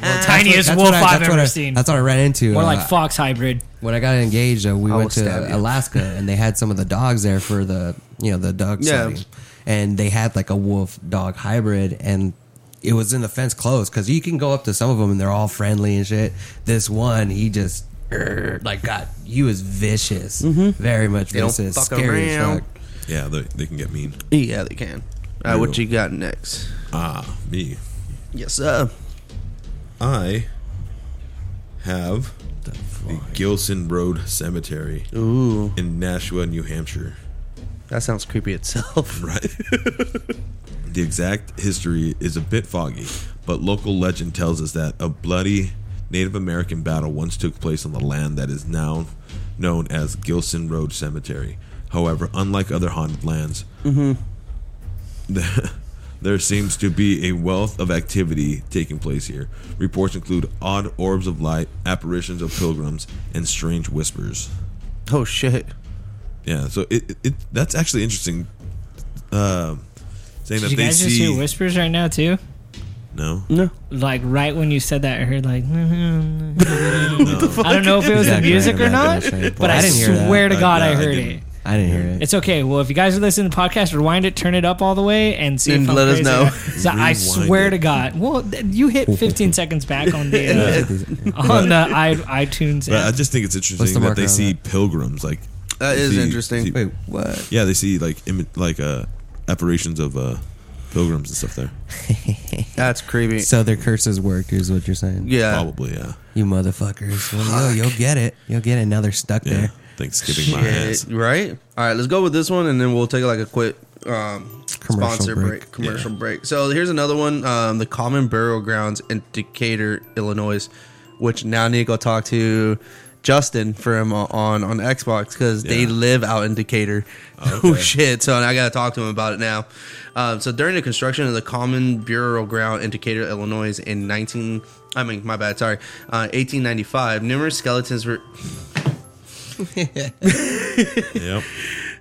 [SPEAKER 4] That's
[SPEAKER 5] wolf
[SPEAKER 4] what I-
[SPEAKER 5] I've
[SPEAKER 4] that's what
[SPEAKER 5] ever
[SPEAKER 4] I-
[SPEAKER 5] seen.
[SPEAKER 4] That's what I ran into.
[SPEAKER 5] More
[SPEAKER 4] uh,
[SPEAKER 5] like fox hybrid.
[SPEAKER 4] when I got engaged, uh, we
[SPEAKER 2] I
[SPEAKER 4] went
[SPEAKER 2] will stab
[SPEAKER 4] to
[SPEAKER 2] you.
[SPEAKER 4] Alaska, and they had some of the dogs there for the you know the dog
[SPEAKER 2] Yeah.
[SPEAKER 4] sledding, and they had like a wolf dog hybrid, and it was in the fence close because you can go up to some of them and they're all friendly and shit. This one, he just er, like God, he was vicious,
[SPEAKER 5] Mm-hmm.
[SPEAKER 4] very much
[SPEAKER 2] don't
[SPEAKER 4] vicious,
[SPEAKER 2] fuck
[SPEAKER 4] scary as
[SPEAKER 2] around.
[SPEAKER 4] fuck.
[SPEAKER 3] Yeah, they, they can get mean.
[SPEAKER 2] Yeah, they can. All right, what
[SPEAKER 3] Ew.
[SPEAKER 2] you got next?
[SPEAKER 3] Ah, me.
[SPEAKER 2] Yes, sir.
[SPEAKER 3] I have the Gilson Road Cemetery
[SPEAKER 2] Ooh,
[SPEAKER 3] in Nashua, New Hampshire.
[SPEAKER 2] that sounds creepy itself.
[SPEAKER 3] Right. the exact history is a bit foggy, but local legend tells us that a bloody Native American battle once took place on the land that is now known as Gilson Road Cemetery. However, unlike other haunted lands, there- there seems to be a wealth of activity taking place here. Reports include odd orbs of light, apparitions of pilgrims, and strange whispers.
[SPEAKER 2] Oh shit.
[SPEAKER 3] Yeah, so it, it, it that's actually interesting. Uh, saying
[SPEAKER 5] Did
[SPEAKER 3] that
[SPEAKER 5] you
[SPEAKER 3] they
[SPEAKER 5] guys
[SPEAKER 3] see
[SPEAKER 5] just hear Mm, whispers right now too?
[SPEAKER 3] no,
[SPEAKER 2] No.
[SPEAKER 5] Like right when you said that, I heard like. I don't know if it was the
[SPEAKER 4] Exactly.
[SPEAKER 5] music or
[SPEAKER 4] I'm gonna
[SPEAKER 5] not,
[SPEAKER 4] say,
[SPEAKER 5] but
[SPEAKER 4] boy,
[SPEAKER 5] I,
[SPEAKER 4] I didn't hear that.
[SPEAKER 5] swear to
[SPEAKER 3] I-
[SPEAKER 5] God,
[SPEAKER 3] yeah,
[SPEAKER 5] I
[SPEAKER 3] I
[SPEAKER 5] heard
[SPEAKER 3] didn't.
[SPEAKER 5] it.
[SPEAKER 4] I didn't hear it.
[SPEAKER 5] It's okay. Well, if you guys are listening to the podcast, rewind it, turn it up all the way, and see.
[SPEAKER 2] And
[SPEAKER 5] if I'm
[SPEAKER 2] let us
[SPEAKER 5] crazy.
[SPEAKER 2] know.
[SPEAKER 5] So I
[SPEAKER 3] Rewind
[SPEAKER 5] swear
[SPEAKER 3] it.
[SPEAKER 5] to God, well, th- you hit 15 seconds back on the uh, on the i iTunes.
[SPEAKER 3] but I
[SPEAKER 5] App.
[SPEAKER 3] just think it's
[SPEAKER 4] What's the
[SPEAKER 3] interesting that
[SPEAKER 4] marker
[SPEAKER 3] they
[SPEAKER 4] on
[SPEAKER 3] see
[SPEAKER 4] that?
[SPEAKER 3] pilgrims like
[SPEAKER 2] That is
[SPEAKER 3] see-
[SPEAKER 2] interesting.
[SPEAKER 3] see-
[SPEAKER 4] Wait, what?
[SPEAKER 3] yeah, they see like Im- like uh, apparitions of uh, pilgrims and stuff there.
[SPEAKER 2] That's creepy.
[SPEAKER 4] So their curses worked, is what you're saying?
[SPEAKER 2] yeah.
[SPEAKER 3] Probably yeah.
[SPEAKER 4] You motherfuckers! Well, yo, you'll get it. You'll get it. Now they're stuck
[SPEAKER 3] Yeah,
[SPEAKER 4] there.
[SPEAKER 3] Thanksgiving my
[SPEAKER 2] Shit,
[SPEAKER 3] ass.
[SPEAKER 2] right? All right, let's go with this one, and then we'll take like a quick um,
[SPEAKER 4] Commercial
[SPEAKER 2] sponsor break,
[SPEAKER 4] break.
[SPEAKER 2] commercial break. So here's another one: um, the Common Burial Grounds in Decatur, Illinois, which now I need to go talk to Justin from uh, on on Xbox because they
[SPEAKER 3] Yeah.
[SPEAKER 2] live out in Decatur. Oh shit! So I gotta talk to him about it now. Um, so during the construction of the Common Burial Ground in Decatur, Illinois, in 19, I mean, my bad, sorry, uh, 1895, numerous skeletons were
[SPEAKER 3] Yep.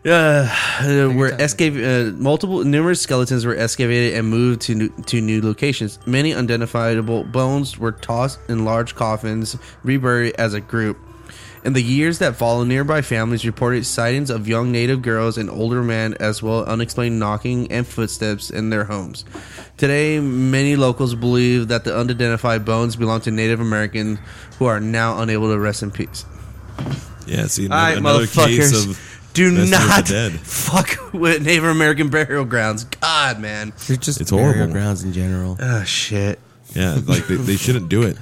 [SPEAKER 2] uh, were excavated. Uh, multiple numerous skeletons were excavated and moved to new, to new locations. Many unidentifiable bones were tossed in large coffins, reburied as a group. In the years that follow, nearby families reported sightings of young native girls and older men, as well as unexplained knocking and footsteps in their homes. Today, many locals believe that the unidentified bones belong to Native Americans who are now unable to rest in peace.
[SPEAKER 3] Yeah. See
[SPEAKER 2] All right,
[SPEAKER 3] another case
[SPEAKER 2] motherfuckers.
[SPEAKER 3] of messing
[SPEAKER 2] Do
[SPEAKER 3] with the
[SPEAKER 2] not
[SPEAKER 3] dead.
[SPEAKER 2] fuck with Native American burial grounds. God, man.
[SPEAKER 4] They're just
[SPEAKER 3] It's
[SPEAKER 4] burial
[SPEAKER 3] horrible.
[SPEAKER 4] grounds in general.
[SPEAKER 2] Oh, shit.
[SPEAKER 3] Yeah, like they, they shouldn't do it.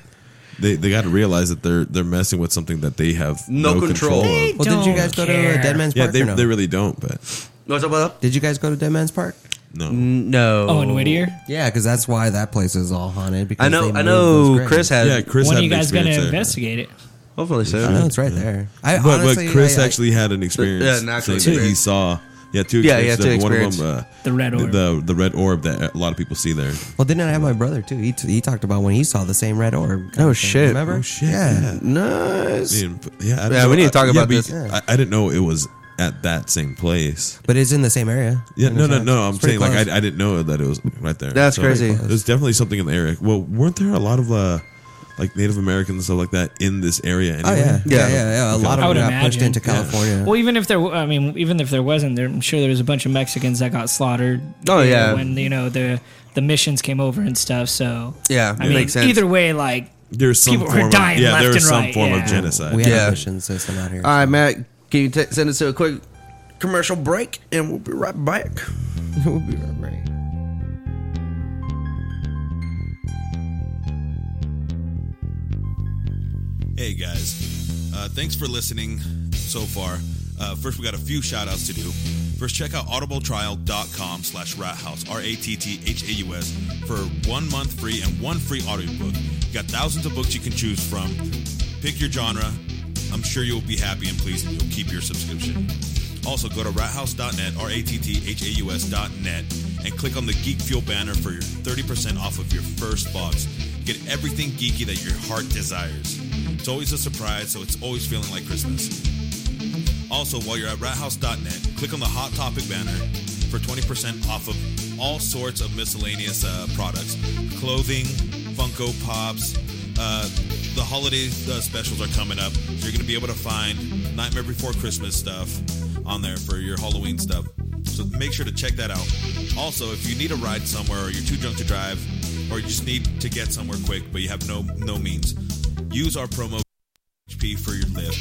[SPEAKER 3] They they got to realize that they're they're messing with something that they have
[SPEAKER 2] No
[SPEAKER 3] no,
[SPEAKER 2] control.
[SPEAKER 3] control. of.
[SPEAKER 4] Well, did you
[SPEAKER 5] Don't
[SPEAKER 4] guys go to
[SPEAKER 5] care.
[SPEAKER 4] uh, Dead Man's
[SPEAKER 3] Yeah,
[SPEAKER 4] Park?
[SPEAKER 3] they
[SPEAKER 4] or no?
[SPEAKER 3] they really don't. But
[SPEAKER 2] What's up, what up?
[SPEAKER 4] Did you guys go to Dead Man's Park?
[SPEAKER 3] no.
[SPEAKER 2] No.
[SPEAKER 5] oh, and Whittier.
[SPEAKER 4] Yeah, because that's why that place is all haunted. Because
[SPEAKER 2] I know,
[SPEAKER 4] they
[SPEAKER 2] I
[SPEAKER 4] moved those
[SPEAKER 2] know.
[SPEAKER 4] graves.
[SPEAKER 2] Chris had.
[SPEAKER 3] Yeah, Chris
[SPEAKER 5] when
[SPEAKER 3] had
[SPEAKER 5] are you
[SPEAKER 3] an
[SPEAKER 5] guys going
[SPEAKER 3] experience
[SPEAKER 5] to
[SPEAKER 3] there.
[SPEAKER 5] investigate it?
[SPEAKER 2] Hopefully so.
[SPEAKER 4] I know it's right there. I
[SPEAKER 3] But,
[SPEAKER 4] honestly,
[SPEAKER 3] but Chris
[SPEAKER 4] I- I-
[SPEAKER 3] actually had an experience.
[SPEAKER 2] Yeah, an actual
[SPEAKER 3] saying that he
[SPEAKER 2] experience.
[SPEAKER 3] saw. Yeah, two
[SPEAKER 2] Yeah, yeah,
[SPEAKER 3] experiences.
[SPEAKER 2] two
[SPEAKER 3] One
[SPEAKER 2] experience.
[SPEAKER 3] of them, uh,
[SPEAKER 5] The red orb.
[SPEAKER 3] the the red orb that a lot of people see there.
[SPEAKER 4] well, didn't I have my brother too? He, t- he talked about when he saw the same red orb. kind
[SPEAKER 2] Oh,
[SPEAKER 4] of thing.
[SPEAKER 2] shit.
[SPEAKER 4] Remember?
[SPEAKER 3] Oh shit!
[SPEAKER 4] Yeah.
[SPEAKER 3] Yeah,
[SPEAKER 2] Nice.
[SPEAKER 3] Man, but- yeah, I didn't
[SPEAKER 2] Yeah,
[SPEAKER 3] know-
[SPEAKER 2] we need to
[SPEAKER 3] I-
[SPEAKER 2] talk
[SPEAKER 3] yeah,
[SPEAKER 2] about
[SPEAKER 3] but
[SPEAKER 2] this.
[SPEAKER 3] I, I didn't know it was at that same place.
[SPEAKER 4] But it's in the same area.
[SPEAKER 3] Yeah,
[SPEAKER 4] And
[SPEAKER 3] no,
[SPEAKER 4] it's
[SPEAKER 3] no,
[SPEAKER 4] not-
[SPEAKER 3] no. I'm
[SPEAKER 4] it's pretty
[SPEAKER 3] saying like
[SPEAKER 4] close.
[SPEAKER 3] I, I didn't know that it was right there.
[SPEAKER 2] That's crazy.
[SPEAKER 3] There's definitely something in the area. Well, weren't there a lot of uh, like Native Americans and stuff like that in this area? Anyway?
[SPEAKER 4] Oh yeah, yeah, yeah,
[SPEAKER 2] Yeah.
[SPEAKER 4] yeah. A lot
[SPEAKER 5] I
[SPEAKER 4] of
[SPEAKER 5] would
[SPEAKER 4] them got pushed
[SPEAKER 5] imagine.
[SPEAKER 4] into
[SPEAKER 5] Yeah.
[SPEAKER 4] California.
[SPEAKER 5] Well, even if there, w- I mean, even if there wasn't, there, I'm sure there was a bunch of Mexicans that got slaughtered.
[SPEAKER 2] Oh,
[SPEAKER 5] you know,
[SPEAKER 2] yeah.
[SPEAKER 5] when you know the the missions came over and stuff. So
[SPEAKER 2] Yeah,
[SPEAKER 5] I
[SPEAKER 2] it
[SPEAKER 5] mean,
[SPEAKER 2] makes sense.
[SPEAKER 5] either way, like
[SPEAKER 3] There's some
[SPEAKER 5] People were
[SPEAKER 3] form
[SPEAKER 5] dying
[SPEAKER 3] of yeah,
[SPEAKER 5] left
[SPEAKER 3] there was
[SPEAKER 5] and
[SPEAKER 3] some
[SPEAKER 5] right,
[SPEAKER 3] form
[SPEAKER 5] yeah.
[SPEAKER 3] of genocide.
[SPEAKER 4] we have
[SPEAKER 2] Yeah.
[SPEAKER 4] a mission system out here.
[SPEAKER 2] All right, Matt, can you t- send us to a quick commercial break and we'll be right back?
[SPEAKER 4] we'll be right back.
[SPEAKER 3] Hey guys, uh, thanks for listening so far. Uh, first, we got a few shout outs to do. First, check out audibletrial.com slash rathouse, R A T T H A U S, for one month free and one free audiobook. You got thousands of books you can choose from. Pick your genre. I'm sure you'll be happy and pleased and you'll keep your subscription. Also, go to rathouse.net, R A T T H A U S.net, and click on the Geek Fuel banner for your 30% off of your first box. Get everything geeky that your heart desires. It's always a surprise, so it's always feeling like Christmas. Also, while you're at rathouse.net, click on the Hot Topic banner for 20% off of all sorts of miscellaneous uh, products clothing, funk
[SPEAKER 6] Funko Pops. Uh, the holiday uh, specials are coming up. So you're going to be able to find Nightmare Before Christmas stuff on there for your Halloween stuff. So make sure to check that out. Also, if you need a ride somewhere or you're too drunk to drive or you just need to get somewhere quick but you have no no means, use our promo HP for your lift.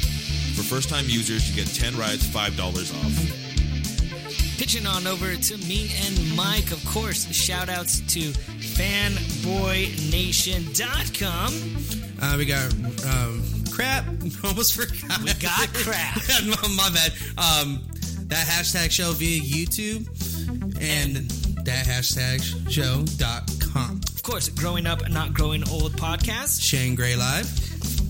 [SPEAKER 6] For first time users, you get 10 rides, $5 off.
[SPEAKER 5] Pitching on over to me and Mike, of course. Shout outs to fanboynation.com.
[SPEAKER 2] Uh, we got um, crap. Almost forgot.
[SPEAKER 5] We got crap.
[SPEAKER 2] my, my bad. Um, that hashtag show via YouTube and that hashtag show.com.
[SPEAKER 5] Of course, Growing Up, Not Growing Old podcast.
[SPEAKER 2] Shane Gray Live.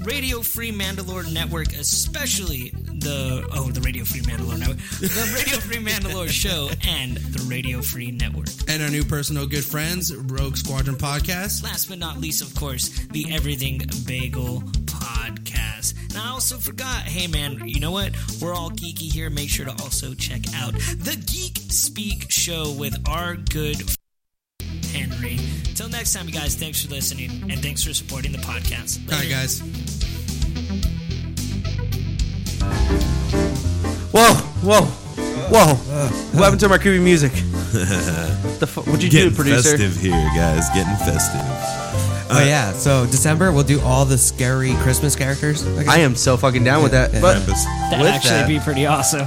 [SPEAKER 5] Radio Free Mandalore Network, especially the oh the Radio Free Mandalore Network, the Radio Free Mandalore Show, and the Radio Free Network.
[SPEAKER 2] And our new personal good friends, Rogue Squadron Podcast.
[SPEAKER 5] Last but not least, of course, the Everything Bagel podcast. And I also forgot, hey man, you know what? We're all geeky here. Make sure to also check out the Geek Speak Show with our good f- Henry. Till next time, you guys. Thanks for listening and thanks for supporting the podcast.
[SPEAKER 2] All right,
[SPEAKER 5] Later.
[SPEAKER 2] guys.
[SPEAKER 7] Whoa, whoa, whoa! what happened to my creepy music? the fu- what'd you
[SPEAKER 3] Getting
[SPEAKER 7] do, producer?
[SPEAKER 3] festive here, guys. Getting festive.
[SPEAKER 4] oh yeah, so December we'll do all the scary Christmas characters. Okay.
[SPEAKER 2] I am so fucking down with that. But
[SPEAKER 3] Krampus.
[SPEAKER 5] That'd
[SPEAKER 2] With
[SPEAKER 5] actually
[SPEAKER 2] that-
[SPEAKER 5] be pretty awesome.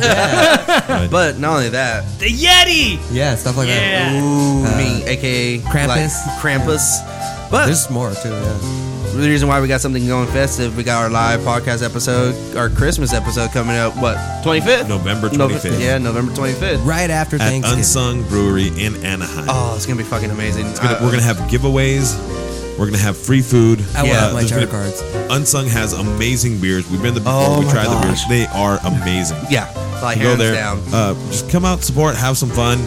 [SPEAKER 2] but not only that,
[SPEAKER 5] The Yeti!
[SPEAKER 4] yeah, stuff like that.
[SPEAKER 5] Yeah.
[SPEAKER 2] ooh, me, aka
[SPEAKER 4] Uh, Krampus.
[SPEAKER 2] like, Krampus. But
[SPEAKER 4] There's more too. Yeah.
[SPEAKER 2] the reason why we got something going festive, we got our live podcast episode, our Christmas episode coming up. What twenty fifth?
[SPEAKER 3] November 25th.
[SPEAKER 2] Yeah, November twenty fifth.
[SPEAKER 4] Right after
[SPEAKER 3] At
[SPEAKER 4] Thanksgiving.
[SPEAKER 3] Unsung Brewery in Anaheim.
[SPEAKER 2] Oh, it's gonna be fucking amazing.
[SPEAKER 3] It's gonna-
[SPEAKER 2] Uh,
[SPEAKER 3] we're gonna have giveaways. We're gonna have free food. Uh,
[SPEAKER 4] I will
[SPEAKER 2] Yeah,
[SPEAKER 4] have my
[SPEAKER 3] there's
[SPEAKER 4] tarot
[SPEAKER 3] gonna-
[SPEAKER 4] cards.
[SPEAKER 3] Unsung has amazing beers. We've been there before.
[SPEAKER 2] Oh
[SPEAKER 3] we
[SPEAKER 2] my
[SPEAKER 3] tried the beers.
[SPEAKER 2] gosh.
[SPEAKER 3] They are amazing.
[SPEAKER 2] Uh, yeah, like
[SPEAKER 3] Go
[SPEAKER 2] hands
[SPEAKER 3] there.
[SPEAKER 2] down.
[SPEAKER 3] Uh, just come out, support, have some fun.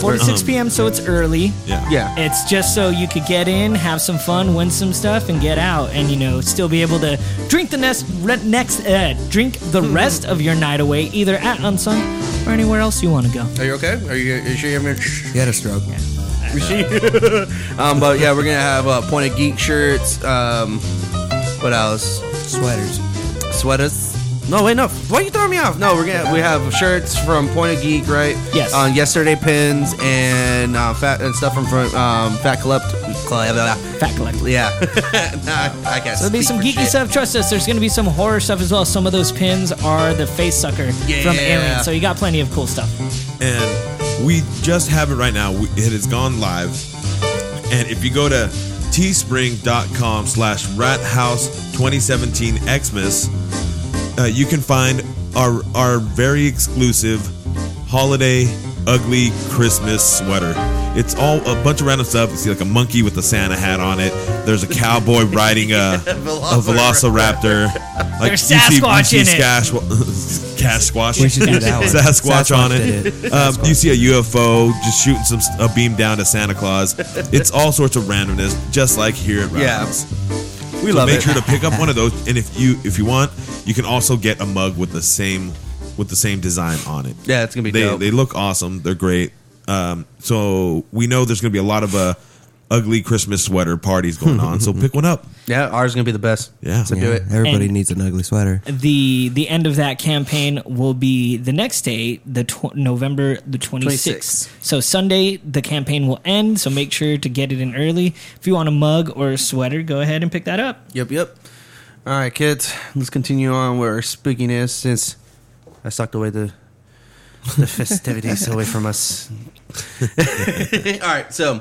[SPEAKER 5] Four to six
[SPEAKER 3] Um,
[SPEAKER 5] p.m. So it's early.
[SPEAKER 3] Yeah.
[SPEAKER 2] Yeah,
[SPEAKER 5] It's just so you could get in, have some fun, win some stuff, and get out, and you know, still be able to drink the next re- next uh, drink the rest of your night away, either at Unsung or anywhere else you want to go.
[SPEAKER 2] are you okay? Are you? Are you sure you haven't?
[SPEAKER 4] You had a stroke.
[SPEAKER 2] Um, but yeah, we're gonna have uh, pointed geek shirts. Um, what else?
[SPEAKER 4] Sweaters.
[SPEAKER 2] Sweaters. No, wait, no. Why are you throwing me off? No, we're gonna we have shirts from Pointed Geek, right?
[SPEAKER 5] Yes.
[SPEAKER 2] On yesterday pins and uh, fat and stuff from, from um, Fat Collect.
[SPEAKER 5] Fact collector.
[SPEAKER 2] Yeah. nah, I guess.
[SPEAKER 5] There'll be some geeky stuff. Trust us. There's going to be some horror stuff as well. Some of those pins are the face sucker from
[SPEAKER 2] Yeah.
[SPEAKER 5] Alien, so you got plenty of cool stuff.
[SPEAKER 3] And we just have it right now. We, it has gone live. And if you go to teespring.com slash rat house 2017 Xmas, uh, you can find our our very exclusive holiday ugly Christmas sweater. It's all a bunch of random stuff. You see like a monkey with a Santa hat on it. There's a cowboy riding a, a velociraptor. Like
[SPEAKER 5] There's
[SPEAKER 3] you see- you
[SPEAKER 5] Sasquatch
[SPEAKER 3] see
[SPEAKER 5] in it.
[SPEAKER 3] Sasquatch, cash squash.
[SPEAKER 4] We should do that one.
[SPEAKER 3] Sasquatch, on
[SPEAKER 4] Sasquatch
[SPEAKER 3] it.
[SPEAKER 4] did it.
[SPEAKER 3] Um,
[SPEAKER 4] Sasquatch.
[SPEAKER 3] you see a UFO just shooting some a beam down to Santa Claus. It's all sorts of randomness, just like here at Rat
[SPEAKER 2] Yeah.
[SPEAKER 3] House.
[SPEAKER 2] We
[SPEAKER 3] So
[SPEAKER 2] love
[SPEAKER 3] make
[SPEAKER 2] it.
[SPEAKER 3] sure to pick up one of those, and if you if you want, you can also get a mug with the same with the same design on it.
[SPEAKER 2] Yeah, it's gonna be
[SPEAKER 3] they
[SPEAKER 2] dope.
[SPEAKER 3] they look awesome. They're great. Um, so we know there's gonna be a lot of uh, ugly Christmas sweater parties going on. so pick one up.
[SPEAKER 2] yeah, ours is gonna be the best.
[SPEAKER 3] Yeah.
[SPEAKER 2] So do
[SPEAKER 4] Yeah,
[SPEAKER 2] it.
[SPEAKER 4] Everybody
[SPEAKER 5] And-
[SPEAKER 4] needs an ugly sweater.
[SPEAKER 5] the the end of that campaign will be the next day, the tw- November the 26th.
[SPEAKER 2] 26th.
[SPEAKER 5] So Sunday the campaign will end, so make sure to get it in early. If you want a mug or a sweater, go ahead and pick that up.
[SPEAKER 2] Yep, yep. All right, kids. Let's continue on with our spookiness since I sucked away the the festivities away from us. all right, so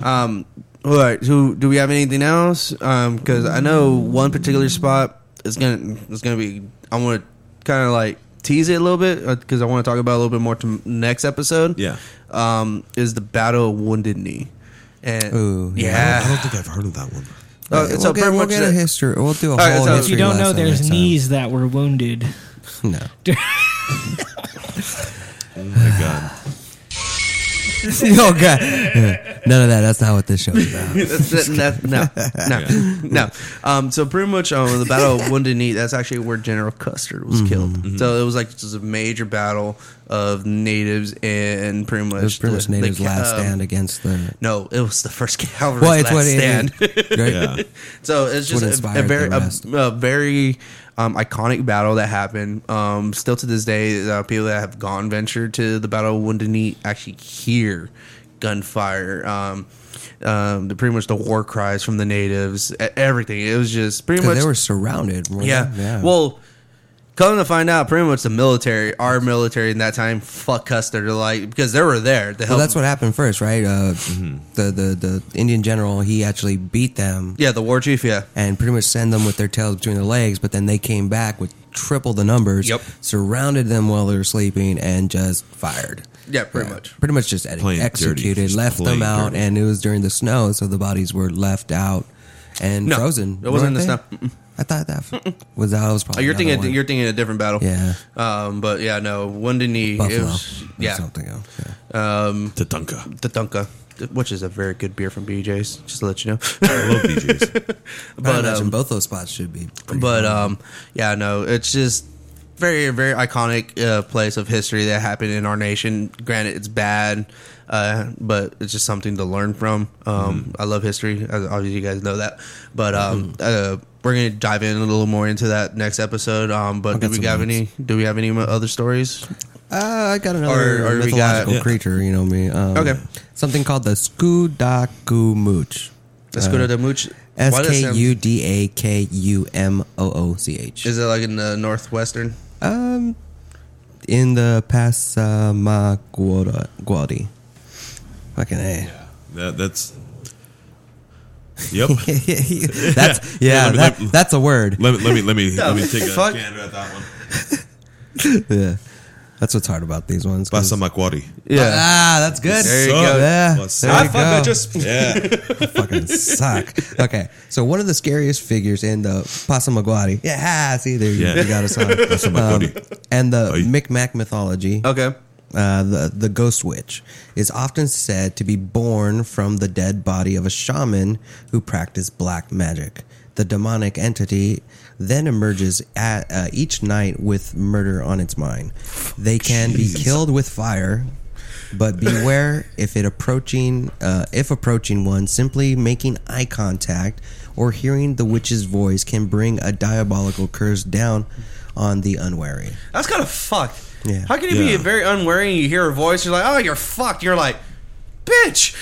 [SPEAKER 2] um, all right. So, do we have anything else? Because I know one particular spot is gonna is gonna be. I want to kind of like tease it a little bit because I want to talk about it a little bit more to next episode.
[SPEAKER 3] Yeah.
[SPEAKER 2] Um, is the Battle of Wounded Knee. And
[SPEAKER 4] Ooh, yeah.
[SPEAKER 3] I
[SPEAKER 2] yeah,
[SPEAKER 3] don't think I've heard of that one.
[SPEAKER 2] Uh,
[SPEAKER 4] Oh, we'll
[SPEAKER 2] it's a
[SPEAKER 4] get,
[SPEAKER 2] pretty
[SPEAKER 4] we'll
[SPEAKER 2] much
[SPEAKER 4] get a
[SPEAKER 2] it.
[SPEAKER 4] history. We'll do a
[SPEAKER 2] right,
[SPEAKER 4] whole
[SPEAKER 2] so-
[SPEAKER 5] If
[SPEAKER 4] history
[SPEAKER 5] you don't know,
[SPEAKER 4] lesson
[SPEAKER 5] there's
[SPEAKER 4] next time.
[SPEAKER 5] knees that were wounded.
[SPEAKER 4] No.
[SPEAKER 3] My God.
[SPEAKER 4] oh god. None of that. That's not what this show is about.
[SPEAKER 2] That's- that- that- no, no, no. Um, so pretty much um, the
[SPEAKER 4] Mm-hmm.
[SPEAKER 2] Battle of Wounded Knee. That's actually where General Custer was killed. So it was like just a major battle of natives and pretty much
[SPEAKER 4] It was pretty
[SPEAKER 2] the-
[SPEAKER 4] much natives'
[SPEAKER 2] the ca-
[SPEAKER 4] last
[SPEAKER 2] um,
[SPEAKER 4] stand against the.
[SPEAKER 2] No, it was the first Calvary's
[SPEAKER 4] Well, it's
[SPEAKER 2] last
[SPEAKER 4] what it
[SPEAKER 2] stand.
[SPEAKER 4] is. right?
[SPEAKER 3] Yeah.
[SPEAKER 2] So it's
[SPEAKER 4] what
[SPEAKER 2] just a- a,
[SPEAKER 4] inspired
[SPEAKER 2] very
[SPEAKER 4] the
[SPEAKER 2] a,
[SPEAKER 4] rest.
[SPEAKER 2] a very um, iconic battle that happened. Um, still to this day, uh, people that have gone venture to the Battle of Wounded Knee actually hear gunfire. Um, um, the pretty much the war cries from the natives, e- everything. It was just pretty
[SPEAKER 4] 'Cause
[SPEAKER 2] much
[SPEAKER 4] they were surrounded. weren't
[SPEAKER 2] yeah.
[SPEAKER 4] they?
[SPEAKER 2] Well, come to find out, pretty much the military, our military in that time, fuck us. They're like because they were there to help.
[SPEAKER 4] Well, that's what happened first, right? Uh, the, the the Indian general he actually beat them
[SPEAKER 2] yeah, the war chief. Yeah.
[SPEAKER 4] and pretty much send them with their tails between their legs. But then they came back with triple the numbers,
[SPEAKER 2] Yep.
[SPEAKER 4] surrounded them while they were sleeping, and just fired.
[SPEAKER 2] Yeah, pretty much.
[SPEAKER 4] Pretty much just ed-
[SPEAKER 3] Plain dirty.
[SPEAKER 4] executed,
[SPEAKER 3] Just
[SPEAKER 4] left
[SPEAKER 3] plain
[SPEAKER 4] them out,
[SPEAKER 3] dirty.
[SPEAKER 4] and it was during the snow, so the bodies were left out and
[SPEAKER 2] No,
[SPEAKER 4] frozen.
[SPEAKER 2] it wasn't in the
[SPEAKER 4] weren't they? I thought that was that was
[SPEAKER 2] Oh,
[SPEAKER 4] probably.
[SPEAKER 2] you're
[SPEAKER 4] another
[SPEAKER 2] thinking
[SPEAKER 4] one.
[SPEAKER 2] you're thinking a different battle.
[SPEAKER 4] Yeah.
[SPEAKER 2] Um, but yeah, no, Wounded Knee. It
[SPEAKER 4] Buffalo.
[SPEAKER 2] was,
[SPEAKER 4] or
[SPEAKER 2] yeah,
[SPEAKER 4] something else. Yeah.
[SPEAKER 3] Tatanka.
[SPEAKER 2] the Dunka, which is a very good beer from BJ's. Just to let you know.
[SPEAKER 3] I love BJ's.
[SPEAKER 4] But I
[SPEAKER 2] but
[SPEAKER 4] imagine
[SPEAKER 2] um,
[SPEAKER 4] both those spots should be. pretty
[SPEAKER 2] but
[SPEAKER 4] fun.
[SPEAKER 2] um, yeah, no, it's just very very iconic uh, place of history that happened in our nation. Granted, it's bad. Uh, but it's just something to learn from. Um,
[SPEAKER 4] Mm-hmm.
[SPEAKER 2] I love history, as obviously you guys know that. But um, uh, we're gonna dive in a little more into that next episode. Um, but
[SPEAKER 4] I've
[SPEAKER 2] do
[SPEAKER 4] got
[SPEAKER 2] we
[SPEAKER 4] some
[SPEAKER 2] have
[SPEAKER 4] notes.
[SPEAKER 2] any? Do we have any other stories?
[SPEAKER 4] Uh, I got another
[SPEAKER 2] Or- or we
[SPEAKER 4] mythological
[SPEAKER 2] got-
[SPEAKER 3] Yeah.
[SPEAKER 4] creature. You know me. Um,
[SPEAKER 2] Okay.
[SPEAKER 4] Something called the Skudakumooch.
[SPEAKER 2] Let's go to the mooch.
[SPEAKER 4] Uh, S
[SPEAKER 2] Why does
[SPEAKER 4] K
[SPEAKER 2] them-
[SPEAKER 4] U D A K U M O O C H.
[SPEAKER 2] Is it like in the northwestern?
[SPEAKER 4] Um, in the uh, Passamaquoddy. Fucking a.
[SPEAKER 3] That, that's. Yep.
[SPEAKER 4] that's yeah.
[SPEAKER 3] let me- let-
[SPEAKER 4] that, that's a word.
[SPEAKER 3] Let me let me let me, let me take a
[SPEAKER 2] fuck?
[SPEAKER 3] gander at that one.
[SPEAKER 4] Yeah. That's what's hard about these ones. 'cause-
[SPEAKER 3] Passamaquoddy.
[SPEAKER 2] Yeah.
[SPEAKER 4] Ah, that's good.
[SPEAKER 2] There you
[SPEAKER 3] Suck.
[SPEAKER 2] go.
[SPEAKER 4] Yeah.
[SPEAKER 3] What's
[SPEAKER 4] There
[SPEAKER 3] up?
[SPEAKER 4] you go.
[SPEAKER 3] Yeah.
[SPEAKER 4] fucking suck. Okay, so one of the scariest figures in the Passamaquoddy. Yeah, see there you,
[SPEAKER 3] Yeah.
[SPEAKER 4] you got us on
[SPEAKER 3] Passamaquoddy.
[SPEAKER 4] and the
[SPEAKER 3] Aye.
[SPEAKER 4] Micmac mythology.
[SPEAKER 2] Okay.
[SPEAKER 4] Uh, the the ghost witch is often said to be born from the dead body of a shaman who practiced black magic. The demonic entity then emerges at, uh, each night with murder on its mind. They can be killed with fire, but beware if it approaching uh, if approaching one simply making eye contact or hearing the witch's voice can bring a diabolical curse down on the unwary.
[SPEAKER 2] That's kind of fucked.
[SPEAKER 4] Yeah.
[SPEAKER 2] How can you
[SPEAKER 3] Yeah.
[SPEAKER 2] be very unwary and you hear a voice? You're like, oh, you're fucked. You're like, bitch.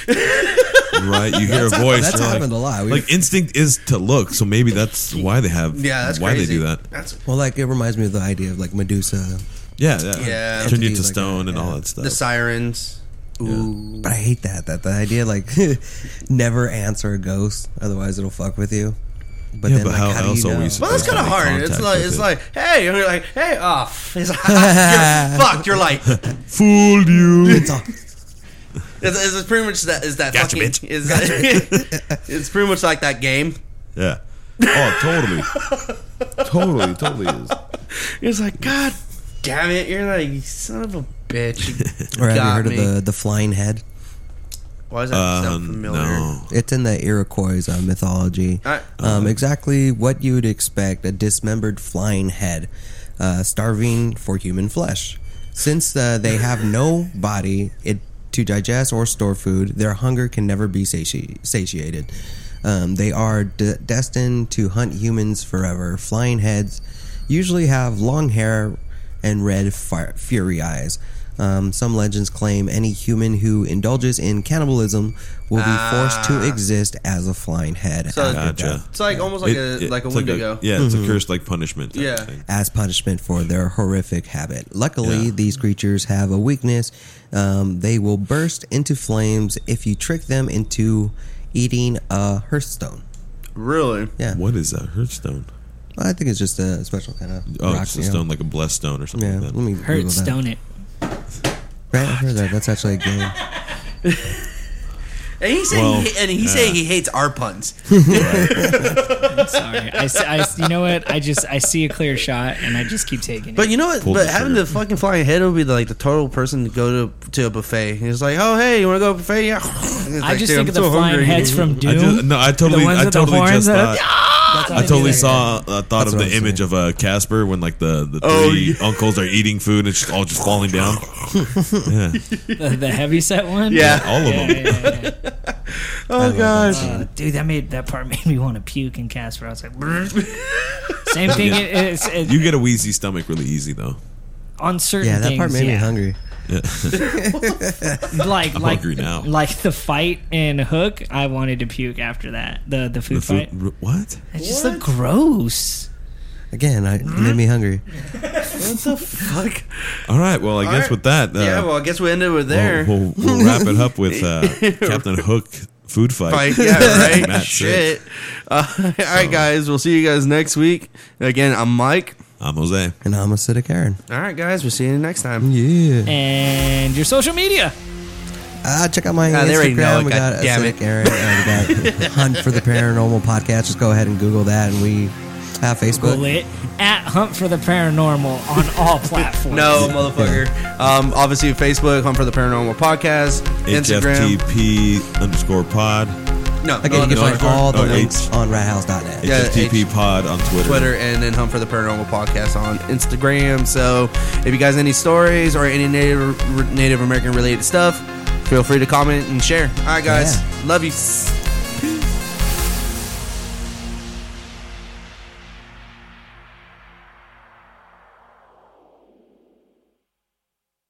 [SPEAKER 3] right. You hear a
[SPEAKER 4] hap-
[SPEAKER 3] voice.
[SPEAKER 4] that's
[SPEAKER 3] you're
[SPEAKER 4] happened
[SPEAKER 3] like,
[SPEAKER 4] a lot. We've-
[SPEAKER 3] Like instinct is to look, so maybe that's why they have.
[SPEAKER 2] Yeah, that's
[SPEAKER 3] why
[SPEAKER 2] crazy.
[SPEAKER 3] they do that.
[SPEAKER 2] That's
[SPEAKER 4] Well, like it reminds me of the idea of like Medusa,
[SPEAKER 3] Yeah, yeah.
[SPEAKER 2] Yeah.
[SPEAKER 3] Turned you
[SPEAKER 4] Entities
[SPEAKER 3] to
[SPEAKER 4] like
[SPEAKER 3] stone
[SPEAKER 4] that,
[SPEAKER 3] and
[SPEAKER 4] yeah.
[SPEAKER 3] all that stuff.
[SPEAKER 2] the sirens. Ooh.
[SPEAKER 4] but I hate that. That the idea like never answer a ghost, otherwise it'll fuck with you. But
[SPEAKER 3] Yeah,
[SPEAKER 4] then
[SPEAKER 3] but
[SPEAKER 4] like,
[SPEAKER 3] how
[SPEAKER 4] how, do
[SPEAKER 3] else
[SPEAKER 4] you
[SPEAKER 3] are
[SPEAKER 4] know?
[SPEAKER 3] we supposed-
[SPEAKER 2] Well, that's kind of
[SPEAKER 3] Make
[SPEAKER 2] hard. It's
[SPEAKER 3] contact
[SPEAKER 2] like
[SPEAKER 3] with
[SPEAKER 2] it's
[SPEAKER 3] it.
[SPEAKER 2] like, hey, and you're like, hey, off. It's like, you're fucked. You're like, it's,
[SPEAKER 3] Fooled you.
[SPEAKER 4] It's all-
[SPEAKER 2] it's pretty much that. Is that
[SPEAKER 3] Gotcha,
[SPEAKER 2] fucking?
[SPEAKER 3] bitch.
[SPEAKER 2] Is that? it's pretty much like that game.
[SPEAKER 3] yeah. Oh, totally. totally, totally is.
[SPEAKER 2] It's like, god damn it! You're like, you son of a bitch. You
[SPEAKER 4] Or have you
[SPEAKER 2] got
[SPEAKER 4] heard
[SPEAKER 2] me.
[SPEAKER 4] of the the flying head?
[SPEAKER 2] Why does that sound
[SPEAKER 3] Um,
[SPEAKER 2] familiar?
[SPEAKER 3] no.
[SPEAKER 4] It's in the Iroquois uh, mythology.
[SPEAKER 2] Alright.
[SPEAKER 4] Um, exactly what you would expect a dismembered flying head, uh, starving for human flesh. Since uh, they have no body it, to digest or store food, their hunger can never be sati- satiated. Um, they are de- destined to hunt humans forever. Flying heads usually have long hair and red fire, fury eyes. Um, some legends claim any human who indulges in cannibalism will be forced to exist as a flying head
[SPEAKER 2] So-
[SPEAKER 4] after
[SPEAKER 3] Gotcha.
[SPEAKER 4] death,
[SPEAKER 2] It's like almost like
[SPEAKER 3] It-
[SPEAKER 2] a
[SPEAKER 3] it-
[SPEAKER 2] like a
[SPEAKER 3] it's
[SPEAKER 2] Wendigo.
[SPEAKER 3] yeah, it's a cursed like punishment. Type
[SPEAKER 2] Yeah.
[SPEAKER 3] Of thing.
[SPEAKER 4] as punishment for their horrific habit. Luckily,
[SPEAKER 3] Yeah.
[SPEAKER 4] these creatures have a weakness. Um, they will burst into flames if you trick them into eating a hearthstone.
[SPEAKER 2] Really?
[SPEAKER 4] Yeah,
[SPEAKER 3] What is that? Hearthstone.
[SPEAKER 4] Well, I think it's just a special kind of
[SPEAKER 3] Oh,
[SPEAKER 4] rock.
[SPEAKER 3] it's a
[SPEAKER 4] you know.
[SPEAKER 3] stone like a blessed stone or something.
[SPEAKER 4] Yeah,
[SPEAKER 3] like
[SPEAKER 4] let
[SPEAKER 3] that.
[SPEAKER 4] me
[SPEAKER 5] Hurt
[SPEAKER 4] Google that.
[SPEAKER 5] stone it.
[SPEAKER 4] Right, I heard that. That's actually a game.
[SPEAKER 2] And he said
[SPEAKER 3] Well,
[SPEAKER 2] he, and he said he hates our puns.
[SPEAKER 5] Sorry, I, s- I s- you know what? I just I see a clear shot and I just keep taking it.
[SPEAKER 2] But you know what?
[SPEAKER 3] Pulled
[SPEAKER 2] But
[SPEAKER 3] the
[SPEAKER 2] having
[SPEAKER 3] trigger.
[SPEAKER 2] the fucking flying head would be like the total person to go to to a buffet. He's like, oh hey, you want to go to a buffet? Yeah. It's
[SPEAKER 5] I
[SPEAKER 2] like,
[SPEAKER 5] just
[SPEAKER 2] dude,
[SPEAKER 5] think
[SPEAKER 2] I'm
[SPEAKER 5] of the
[SPEAKER 2] so
[SPEAKER 5] flying
[SPEAKER 2] hungry.
[SPEAKER 5] heads from
[SPEAKER 3] I
[SPEAKER 5] Doom.
[SPEAKER 3] just, no, I totally,
[SPEAKER 5] ones
[SPEAKER 3] I
[SPEAKER 5] with the
[SPEAKER 3] totally
[SPEAKER 5] horns
[SPEAKER 3] just
[SPEAKER 5] that-
[SPEAKER 3] thought. I totally saw. I thought
[SPEAKER 4] That's
[SPEAKER 3] of
[SPEAKER 4] what
[SPEAKER 3] the
[SPEAKER 4] I'm
[SPEAKER 3] image of uh, Casper when like the the three
[SPEAKER 2] Oh,
[SPEAKER 3] uncles are eating food and it's just all just falling down.
[SPEAKER 5] the, the heavy set one.
[SPEAKER 7] Yeah.
[SPEAKER 3] All of them.
[SPEAKER 7] Oh gosh.
[SPEAKER 5] Uh, dude, that made that part made me want to puke in Casper. I was like, same thing. It, it's it,
[SPEAKER 3] You get a wheezy stomach really easy though.
[SPEAKER 5] on certain
[SPEAKER 4] Yeah, that
[SPEAKER 5] things,
[SPEAKER 4] part made me
[SPEAKER 5] yeah.
[SPEAKER 4] hungry.
[SPEAKER 5] Like
[SPEAKER 3] I'm
[SPEAKER 5] like
[SPEAKER 3] hungry now.
[SPEAKER 5] like the fight in Hook. I wanted to puke after that. The the food
[SPEAKER 3] The
[SPEAKER 5] fight.
[SPEAKER 3] food, what?
[SPEAKER 5] It just looked gross.
[SPEAKER 4] Again, I, it made me hungry.
[SPEAKER 2] Fuck.
[SPEAKER 3] All right. Well, I guess
[SPEAKER 2] right.
[SPEAKER 3] with that, uh,
[SPEAKER 2] yeah, well, I guess we ended with there.
[SPEAKER 3] We'll, we'll, we'll wrap it up with uh, Captain Hook food fight.
[SPEAKER 2] Fight. Yeah, right.
[SPEAKER 3] Matt
[SPEAKER 2] Shit. Uh, all right, guys. We'll see you guys next week. Again, I'm Mike.
[SPEAKER 3] I'm Jose.
[SPEAKER 4] And I'm acidic Aaron.
[SPEAKER 2] All right, guys. We'll see you next time.
[SPEAKER 4] Yeah.
[SPEAKER 5] and your social media.
[SPEAKER 4] Uh, check out my
[SPEAKER 2] Ah, they already
[SPEAKER 4] Instagram.
[SPEAKER 2] know it,
[SPEAKER 4] we
[SPEAKER 2] God
[SPEAKER 4] got
[SPEAKER 2] damn
[SPEAKER 4] Acidic
[SPEAKER 2] it.
[SPEAKER 4] Aaron. Uh, we got Hunt for the Paranormal podcast. Just go ahead and Google that, and we have
[SPEAKER 5] Google
[SPEAKER 4] Facebook.
[SPEAKER 5] it at Hunt for the Paranormal on all platforms.
[SPEAKER 2] No, motherfucker. Um, obviously, Facebook, Hunt for the Paranormal Podcast, Instagram.
[SPEAKER 3] HFTP underscore pod.
[SPEAKER 2] No,
[SPEAKER 4] Again,
[SPEAKER 2] no,
[SPEAKER 4] you can
[SPEAKER 2] no,
[SPEAKER 4] find
[SPEAKER 2] no,
[SPEAKER 4] all the
[SPEAKER 3] or
[SPEAKER 4] links
[SPEAKER 3] H.
[SPEAKER 4] on rathouse.net.
[SPEAKER 2] Oh, Yeah,
[SPEAKER 3] HFTP pod on Twitter.
[SPEAKER 2] Twitter and then Hunt for the Paranormal Podcast on Instagram. So if you guys any stories or any Native Native American related stuff, feel free to comment and share. All right, guys,
[SPEAKER 4] Yeah.
[SPEAKER 2] love you.